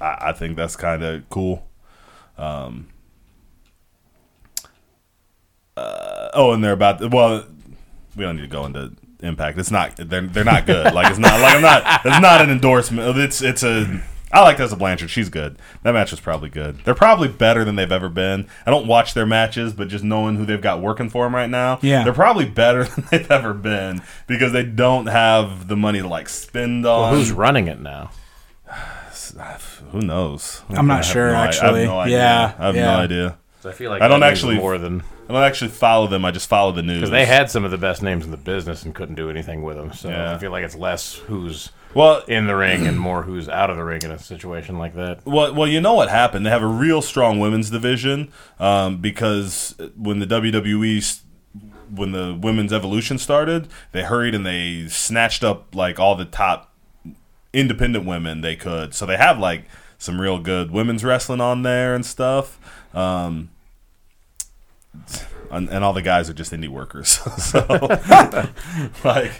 I, I think that's kind of cool. Um, uh, oh, and they're about well, we don't need to go into impact. It's not they're they're not good. like it's not like I'm not. It's not an endorsement. It's it's a. I like Tessa Blanchard. She's good. That match was probably good. They're probably better than they've ever been. I don't watch their matches, but just knowing who they've got working for them right now,
Yeah.
they're probably better than they've ever been because they don't have the money to like spend
Um,
on. ah,
Who's running it now?
Who knows?
I'm not
I have
sure,
no- I have
actually.
no idea.
Yeah,
I have
yeah.
no idea.
'Cause I feel like
I don't
that means
actually-
more than
I don't actually follow them. I just follow the news.
because they had some of the best names in the business and couldn't do anything with them. So
Yeah.
I feel like it's less who's
well,
in the ring and more who's out of the ring in a situation like that.
Well, well, you know what happened. They have a real strong women's division um, because when the WWE, s- when the women's evolution started, they hurried and they snatched up like all the top independent women they could. So they have like some real good women's wrestling on there and stuff. Um, and, and all the guys are just indie workers. so like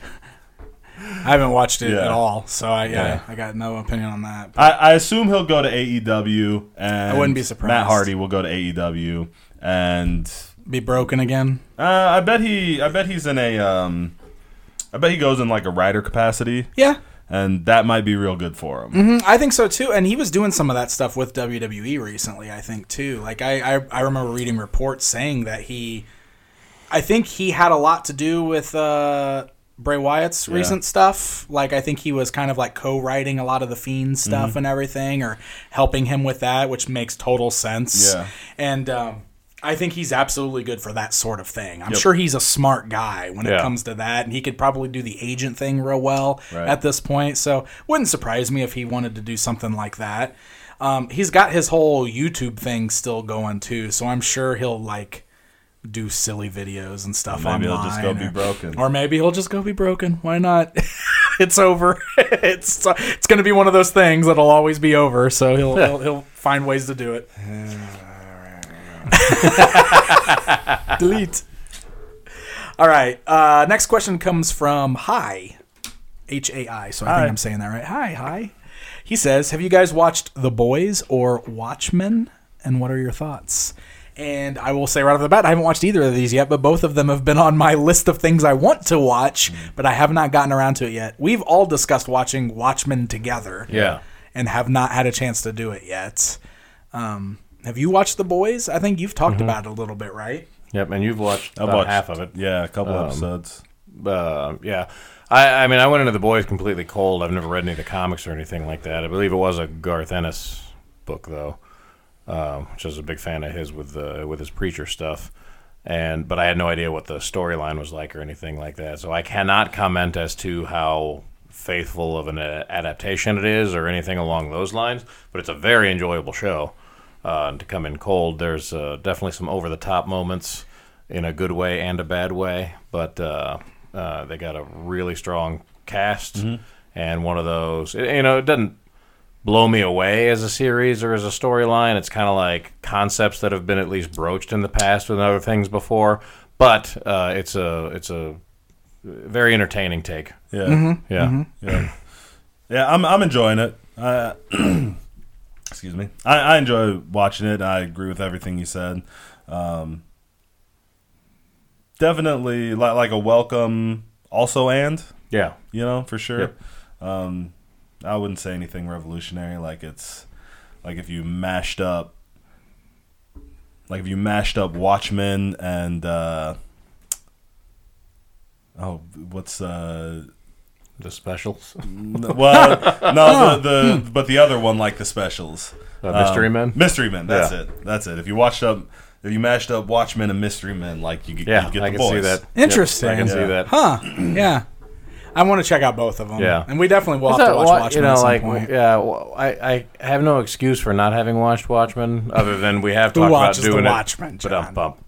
I haven't watched it
Yeah.
at all, so I, yeah, I got no opinion on that.
I, I assume he'll go to AEW and
I wouldn't be surprised.
Matt Hardy will go to AEW and
Be broken again.
uh, I bet he I bet he's in a um I bet he goes in like a writer capacity
Yeah,
and that might be real good for him.
Mm, I think so too. And he was doing some of that stuff with WWE recently, I think too. Like I, I, I remember reading reports saying that he, I think he had a lot to do with uh, Bray Wyatt's recent stuff. Like I think he was kind of like co-writing a lot of the Fiend stuff and everything, or helping him with that, which makes total sense.
Yeah.
And um, I think he's absolutely good for that sort of thing. I'm sure he's a smart guy when it
Yeah.
comes to that, and he could probably do the agent thing real well
Right.
at this point. So wouldn't surprise me if he wanted to do something like that. Um, he's got his whole YouTube thing still going too, so I'm sure he'll like do silly videos and stuff
Maybe he'll
online.
just go be
or-
broken.
or maybe he'll just go be broken. Why not? it's over. it's it's going to be one of those things that'll always be over. So he'll he'll, he'll find ways to do it. Delete. All right. Uh, next question comes from Hi, H A I. So I think I'm saying that right. Hi, hi. He says, "Have you guys watched The Boys or Watchmen? And what are your thoughts?" And I will say right off the bat, I haven't watched either of these yet, but both of them have been on my list of things I want to watch, but I have not gotten around to it yet. We've all discussed watching Watchmen together,
Yeah.
and have not had a chance to do it yet. Um, have you watched The Boys? I think you've talked about it a little bit, right?
Yep, and you've watched
I've
about
watched,
half of it.
Yeah, a couple episodes.
uh, yeah. I, I mean, I went into the boys completely cold. I've never read any of the comics or anything like that. I believe it was a Garth Ennis book though, uh, which I was a big fan of his with the with his preacher stuff. And but I had no idea what the storyline was like or anything like that. So I cannot comment as to how faithful of an uh, adaptation it is or anything along those lines. But it's a very enjoyable show. Uh, and to come in cold, there's uh, definitely some over the top moments in a good way and a bad way. But uh, uh, they got a really strong cast, and one of those, you know, it doesn't blow me away as a series or as a storyline. It's kind of like concepts that have been at least broached in the past with other things before. But uh, it's a it's a very entertaining take.
Yeah.
Yeah,
Mm-hmm. Yeah. Yeah, I'm I'm enjoying it. Uh, excuse me. I, I enjoy watching it. I agree with everything you said. Um, definitely like like a welcome also and,
yeah,
you know, for sure. Um, I wouldn't say anything revolutionary like it's like if you mashed up like if you mashed up Watchmen and uh oh what's uh
the specials,
no, well, no, the, the but the other one, like the specials,
Uh, Mystery
Um,
Men?
Mystery Men. That's
Yeah.
it. That's it. If you watched up, if you mashed up Watchmen and Mystery Men, like you, get-
yeah,
you get
I can
the boys.
see that.
Interesting.
Yep, I can see
Yeah.
that.
Huh? yeah. I want to check out both of them.
Yeah.
And we definitely will
I
have to
thought
watch
wa-
Watchmen
you know,
at some
like,
point.
yeah, well, I, I have no excuse for not having watched Watchmen, other than we have
Who
talked about
watches The
doing
Watchmen,
it. But I'm
John?
bump.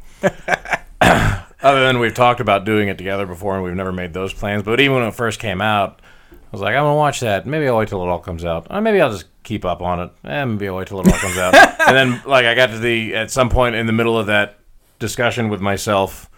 other than we've talked about doing it together before, and we've never made those plans. But even when it first came out, I was like, I'm gonna watch that. Maybe I'll wait till it all comes out. Or maybe I'll just keep up on it. Eh, maybe I'll wait till it all comes out. and then, like, I got to the at some point in the middle of that discussion with myself.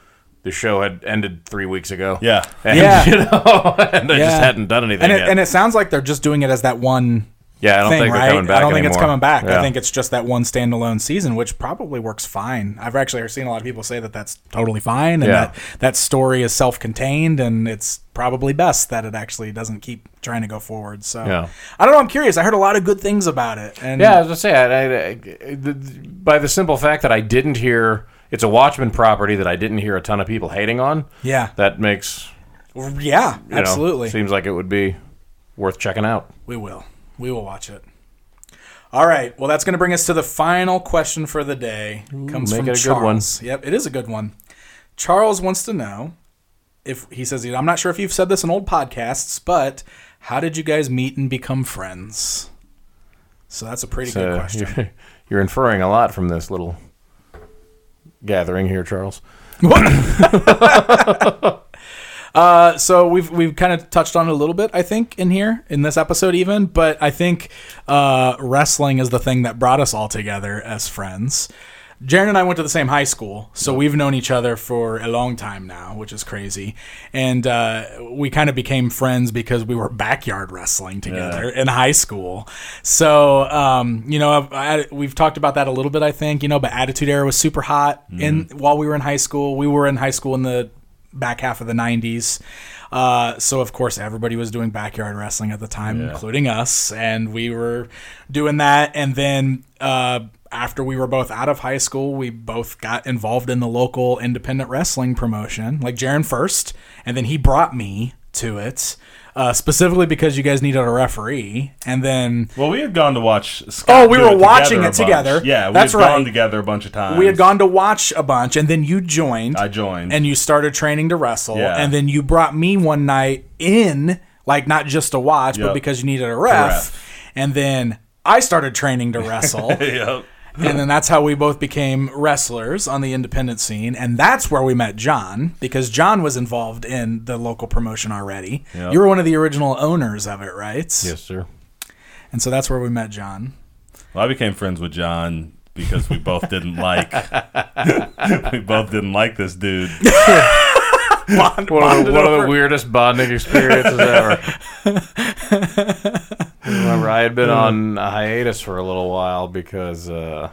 The show had ended three weeks ago.
Yeah.
and,
Yeah.
you know, and I
Yeah.
just hadn't done anything
And it,
yet.
and it sounds like they're just doing it as that one
Yeah, I don't
thing,
think they're
right?
coming back.
I don't think it's
anymore.
coming back. I
Yeah.
think it's just that one standalone season, which probably works fine. I've actually seen a lot of people say that that's totally fine, and
Yeah.
that that story is self-contained, and it's probably best that it actually doesn't keep trying to go forward. So
Yeah.
I don't know. I'm curious. I heard a lot of good things about it, and
Yeah, I was gonna say, I, I, I- the- the- by the simple fact that I didn't hear, it's a Watchmen property that I didn't hear a ton of people hating on.
yeah,
That makes
yeah,
you know,
absolutely.
seems like it would be worth checking out.
We will. We will watch it. All right. Well, that's going to bring us to the final question for the day. Comes
make
from
it a good one.
Charles. Yep, it is a good one. Charles wants to know if he says, "I'm not sure if you've said this in old podcasts, but how did you guys meet and become friends?" So that's a pretty good
Uh,
question.
you're, you're inferring a lot from this little gathering here, Charles.
Uh, so we've we've kind of touched on it a little bit, I think, in here in this episode even. But I think uh, wrestling is the thing that brought us all together as friends. Jaren and I went to the same high school, so we've known each other for a long time now, which is crazy. And uh, we kind of became friends because we were backyard wrestling together in high school. So, um, you know, I've, I, we've talked about that a little bit, I think, you know, but Attitude Era was super hot in, while we were in high school. We were in high school in the back half of the 90s. Uh, so of course everybody was doing backyard wrestling at the time, including us, and we were doing that. And then uh, after we were both out of high school, we both got involved in the local independent wrestling promotion, like Jaron first, and then he brought me to it. Uh, specifically because you guys needed a referee, and then
Well, we had gone to watch. Scott
Oh, we
do
were
it
watching
together
it together.
A bunch. Yeah, we
That's
had
right.
gone together a bunch of times.
we had gone to watch a bunch, and then you joined.
I joined.
and you started training to wrestle
Yeah.
and then you brought me one night in like not just to watch but
Yep.
because you needed a ref, and then i started training to wrestle
Yep.
and then that's how we both became wrestlers on the independent scene and that's where we met john because john was involved in the local promotion already you were one of the original owners of it right
Yes, sir.
and so that's where we met john
Well, I became friends with John because we both didn't like. we both didn't like this dude.
One, of the, one of the weirdest bonding experiences ever. I remember I had been on a hiatus for a little while because, uh,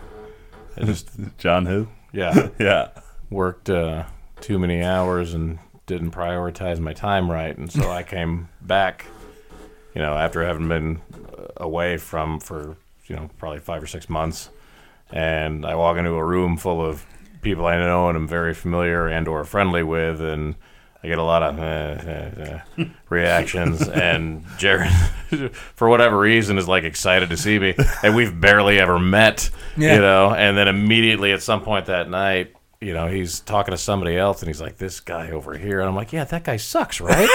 John who?
yeah,
Yeah.
worked uh, too many hours and didn't prioritize my time right, and so I came back. You know, after having been uh, away from for you know probably five or six months, and I walk into a room full of people I know and I'm very familiar and or friendly with, and I get a lot of uh, uh, uh, reactions. and Jared, for whatever reason, is like excited to see me, and we've barely ever met,
Yeah.
you know. And then immediately at some point that night. You know, he's talking to somebody else, and he's like, "This guy over here," and I'm like, "Yeah, that guy sucks, right?"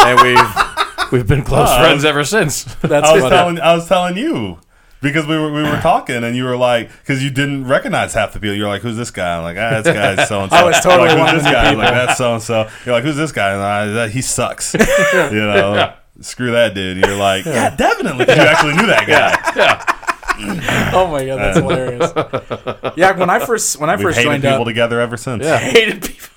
and we've we've been close friends ever since.
that's
I was
funny.
telling I was telling you because we were we were talking and you were like because you didn't recognize half the people. You're like, who's this guy? I'm like, ah, this guy's so and so.
I was totally
like,
one of
who's this
the
guy? I'm
people.
like that's so and so. You're like, who's this guy? And I, that, he sucks. you know, screw that dude. You're like, yeah, definitely. 'cause You actually knew that guy.
oh my god that's hilarious yeah when i first when i
We've
first
hated
joined
people
up
together ever since. Yeah.
hated people.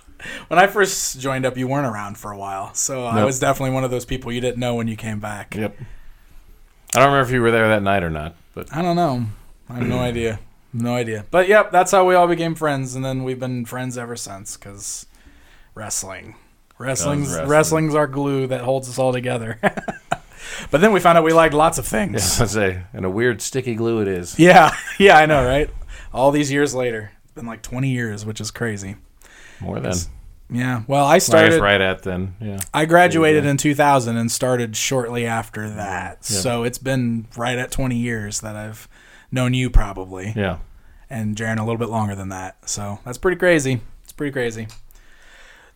When I first joined up, you weren't around for a while, so I
Nope.
was definitely one of those people you didn't know when you came back.
Yep. I don't remember if you were there that night or not, but
I don't know. I have no idea. No idea. But yep, that's how we all became friends, and then we've been friends ever since because wrestling. Wrestling's,
wrestling.
wrestling's our glue that holds us all together. but then we found out we liked lots of things.
I'd say, and a weird sticky glue it is.
Yeah. yeah, I know, right? All these years later. It's been like 20 years, which is crazy.
More than.
Yeah. Well, I
I guess
started.
right at then. Yeah.
I graduated in 2000 and started shortly after that. So it's been right at 20 years that I've known you probably
Yeah.
and Jaren a little bit longer than that. So that's pretty crazy. It's pretty crazy.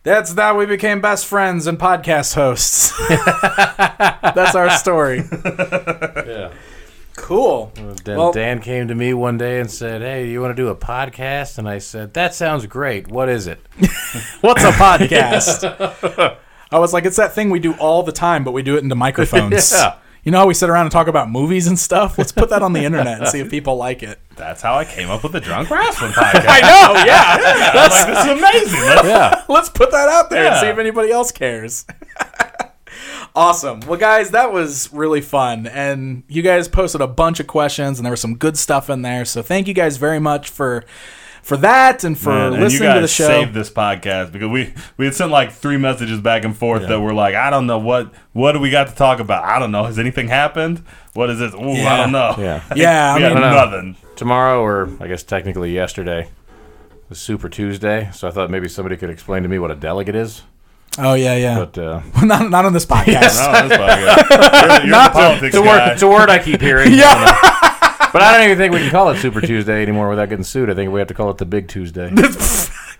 That's that we became best friends and podcast hosts. that's our story.
Yeah.
Cool.
Dan,
Well-
Dan came to me one day and said, "Hey, you want to do a podcast?" And I said, "That sounds great. What is it?"
What's a podcast? I was like, it's that thing we do all the time, but we do it into microphones.
Yeah.
You know how we sit around and talk about movies and stuff? Let's put that on the internet and see if people like it.
That's how I came up with the drunk wrestling podcast.
I know, yeah.
I'm like, this is amazing. Let's-
Yeah.
Let's put that out there and
Yeah.
see if anybody else cares. awesome. Well, guys, that was really fun. And you guys posted a bunch of questions and there was some good stuff in there. So thank you guys very much for for that and for
Man, and you
listening
guys
to the show.
saved this podcast because we we had sent like three messages back and forth that were like, I don't know what what do we got to talk about? I don't know. Has anything happened? What is this? Ooh,
Yeah.
I don't know.
Yeah.
yeah, I
we
mean,
got
mean-
nothing.
Tomorrow, or I guess technically yesterday, was Super Tuesday. So I thought maybe somebody could explain to me what a delegate is.
oh yeah, yeah.
But uh,
not not on Oh, this podcast.
No, that's fine. You're, you're the politics
it's, a word,
guy.
it's a word I keep hearing. yeah. But I don't even think we can call it Super Tuesday anymore without getting sued. I think we have to call it the Big Tuesday.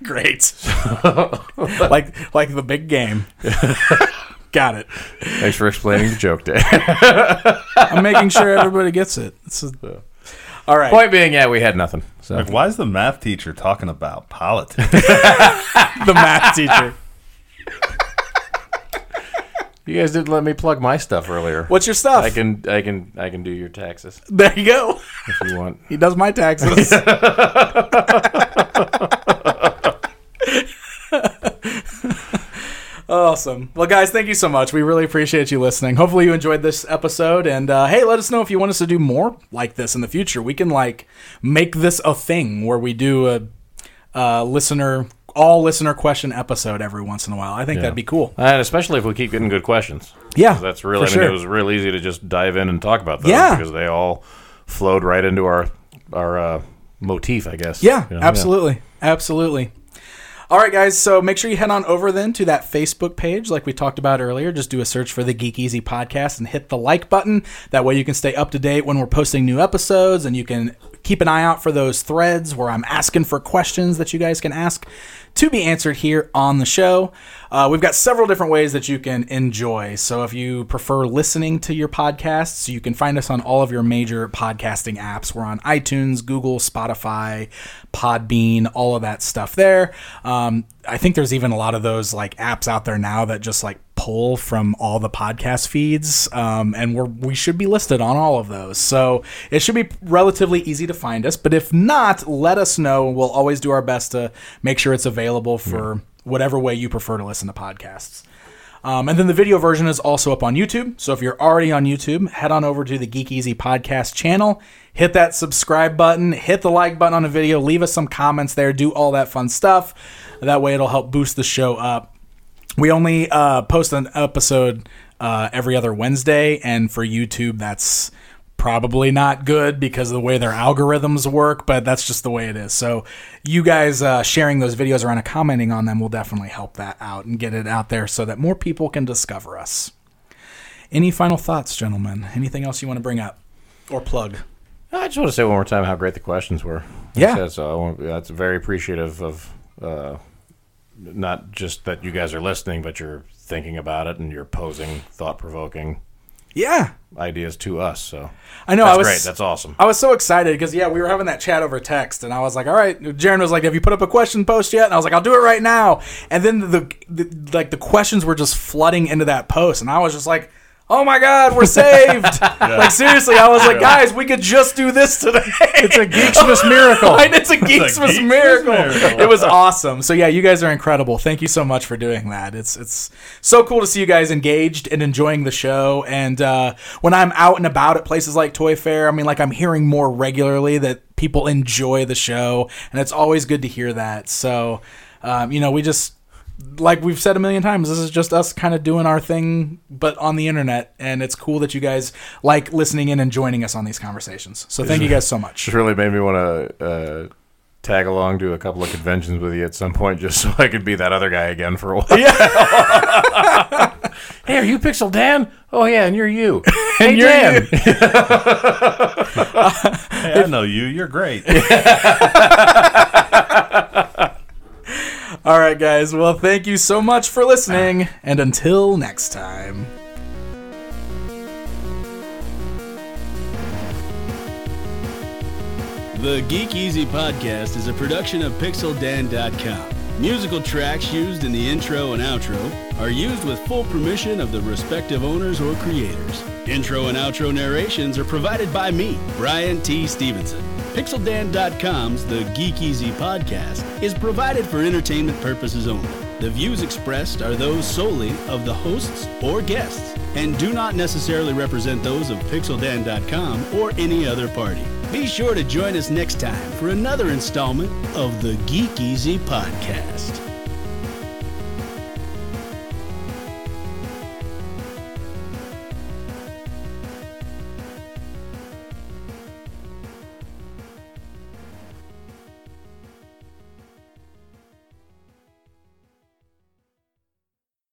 Great. like like the big game. Got it.
Thanks for explaining the joke, Dan.
I'm making sure everybody gets it. It's a- all right.
Point being, yeah, we had nothing. So
Like, why is the math teacher talking about politics?
the math teacher.
You guys didn't let me plug my stuff earlier.
What's your stuff?
I can I can I can do your taxes
there you go.
if you want.
He does my taxes. awesome. Well, guys, thank you so much. We really appreciate you listening. Hopefully, you enjoyed this episode. And uh, hey, let us know if you want us to do more like this in the future. We can like make this a thing where we do a, a listener all listener question episode every once in a while. I think that'd be cool.
And especially if we keep getting good questions.
Yeah,
'Cause that's really.
for
I mean,
sure.
it was real easy to just dive in and talk about those.
Yeah.
because they all flowed right into our our uh, motif, I guess.
Yeah,
You know?
absolutely. Absolutely. All right, guys. So make sure you head on over then to that Facebook page, like we talked about earlier. Just do a search for the Geek Easy podcast and hit the like button. That way you can stay up to date when we're posting new episodes and you can keep an eye out for those threads where I'm asking for questions that you guys can ask to be answered here on the show. Uh, we've got several different ways that you can enjoy. So if you prefer listening to your podcasts, you can find us on all of your major podcasting apps. We're on iTunes, Google, Spotify, Podbean, all of that stuff there. Um, I think there's even a lot of those like apps out there now that just like pull from all the podcast feeds, um, and we're we should be listed on all of those. So it should be relatively easy to find us. But if not, let us know. We'll always do our best to make sure it's available for whatever way you prefer to listen to podcasts. Um, and then the video version is also up on YouTube. So if you're already on YouTube, head on over to the Geek Easy Podcast channel, hit that subscribe button, hit the like button on a video, leave us some comments there, do all that fun stuff. That way it'll help boost the show up. We only uh, post an episode uh, every other Wednesday, and for YouTube, that's probably not good because of the way their algorithms work, but that's just the way it is. So, you guys uh, sharing those videos around and commenting on them will definitely help that out and get it out there so that more people can discover us. Any final thoughts, gentlemen? Anything else you want to bring up or plug?
I just want to say one more time how great the questions were.
Yeah.
That's, uh, I want- that's very appreciative of uh, not just that you guys are listening, but you're thinking about it and you're posing thought provoking
Yeah,
ideas to us. So
I know.
that's
I was
great. That's awesome.
I was so excited because yeah, we were having that chat over text, and I was like, "All right." Jaron was like, "Have you put up a question post yet?" And I was like, "I'll do it right now." And then the, the like the questions were just flooding into that post, and I was just like, "Oh my god, we're saved!" Like seriously, I was like, "Guys, we could just do this today." It's a Geeksmas miracle. it's a Geeksmas
Geeksmas
miracle.
miracle.
It was awesome. So yeah, you guys are incredible. Thank you so much for doing that. It's it's so cool to see you guys engaged and enjoying the show. And uh, when I'm out and about at places like Toy Fair, I mean, like I'm hearing more regularly that people enjoy the show, and it's always good to hear that. So, um, you know, we just like we've said a million times, this is just us kind of doing our thing, but on the internet. And it's cool that you guys like listening in and joining us on these conversations. So thank you guys so much.
Just really made me want to uh, tag along to a couple of conventions with you at some point, just so I could be that other guy again for a while. Yeah. hey, are you Pixel Dan? Oh yeah, and you're you. And
you're
Hey, I know you. You're great.
All right, guys. Well, thank you so much for listening, and until next time.
The Geek Easy Podcast is a production of PixelDan.com. Musical tracks used in the intro and outro are used with full permission of the respective owners or creators. Intro and outro narrations are provided by me, Brian T. Stevenson. PixelDan.com's The Geek Easy Podcast is provided for entertainment purposes only. The views expressed are those solely of the hosts or guests and do not necessarily represent those of PixelDan.com or any other party. Be sure to join us next time for another installment of the Geek Easy Podcast.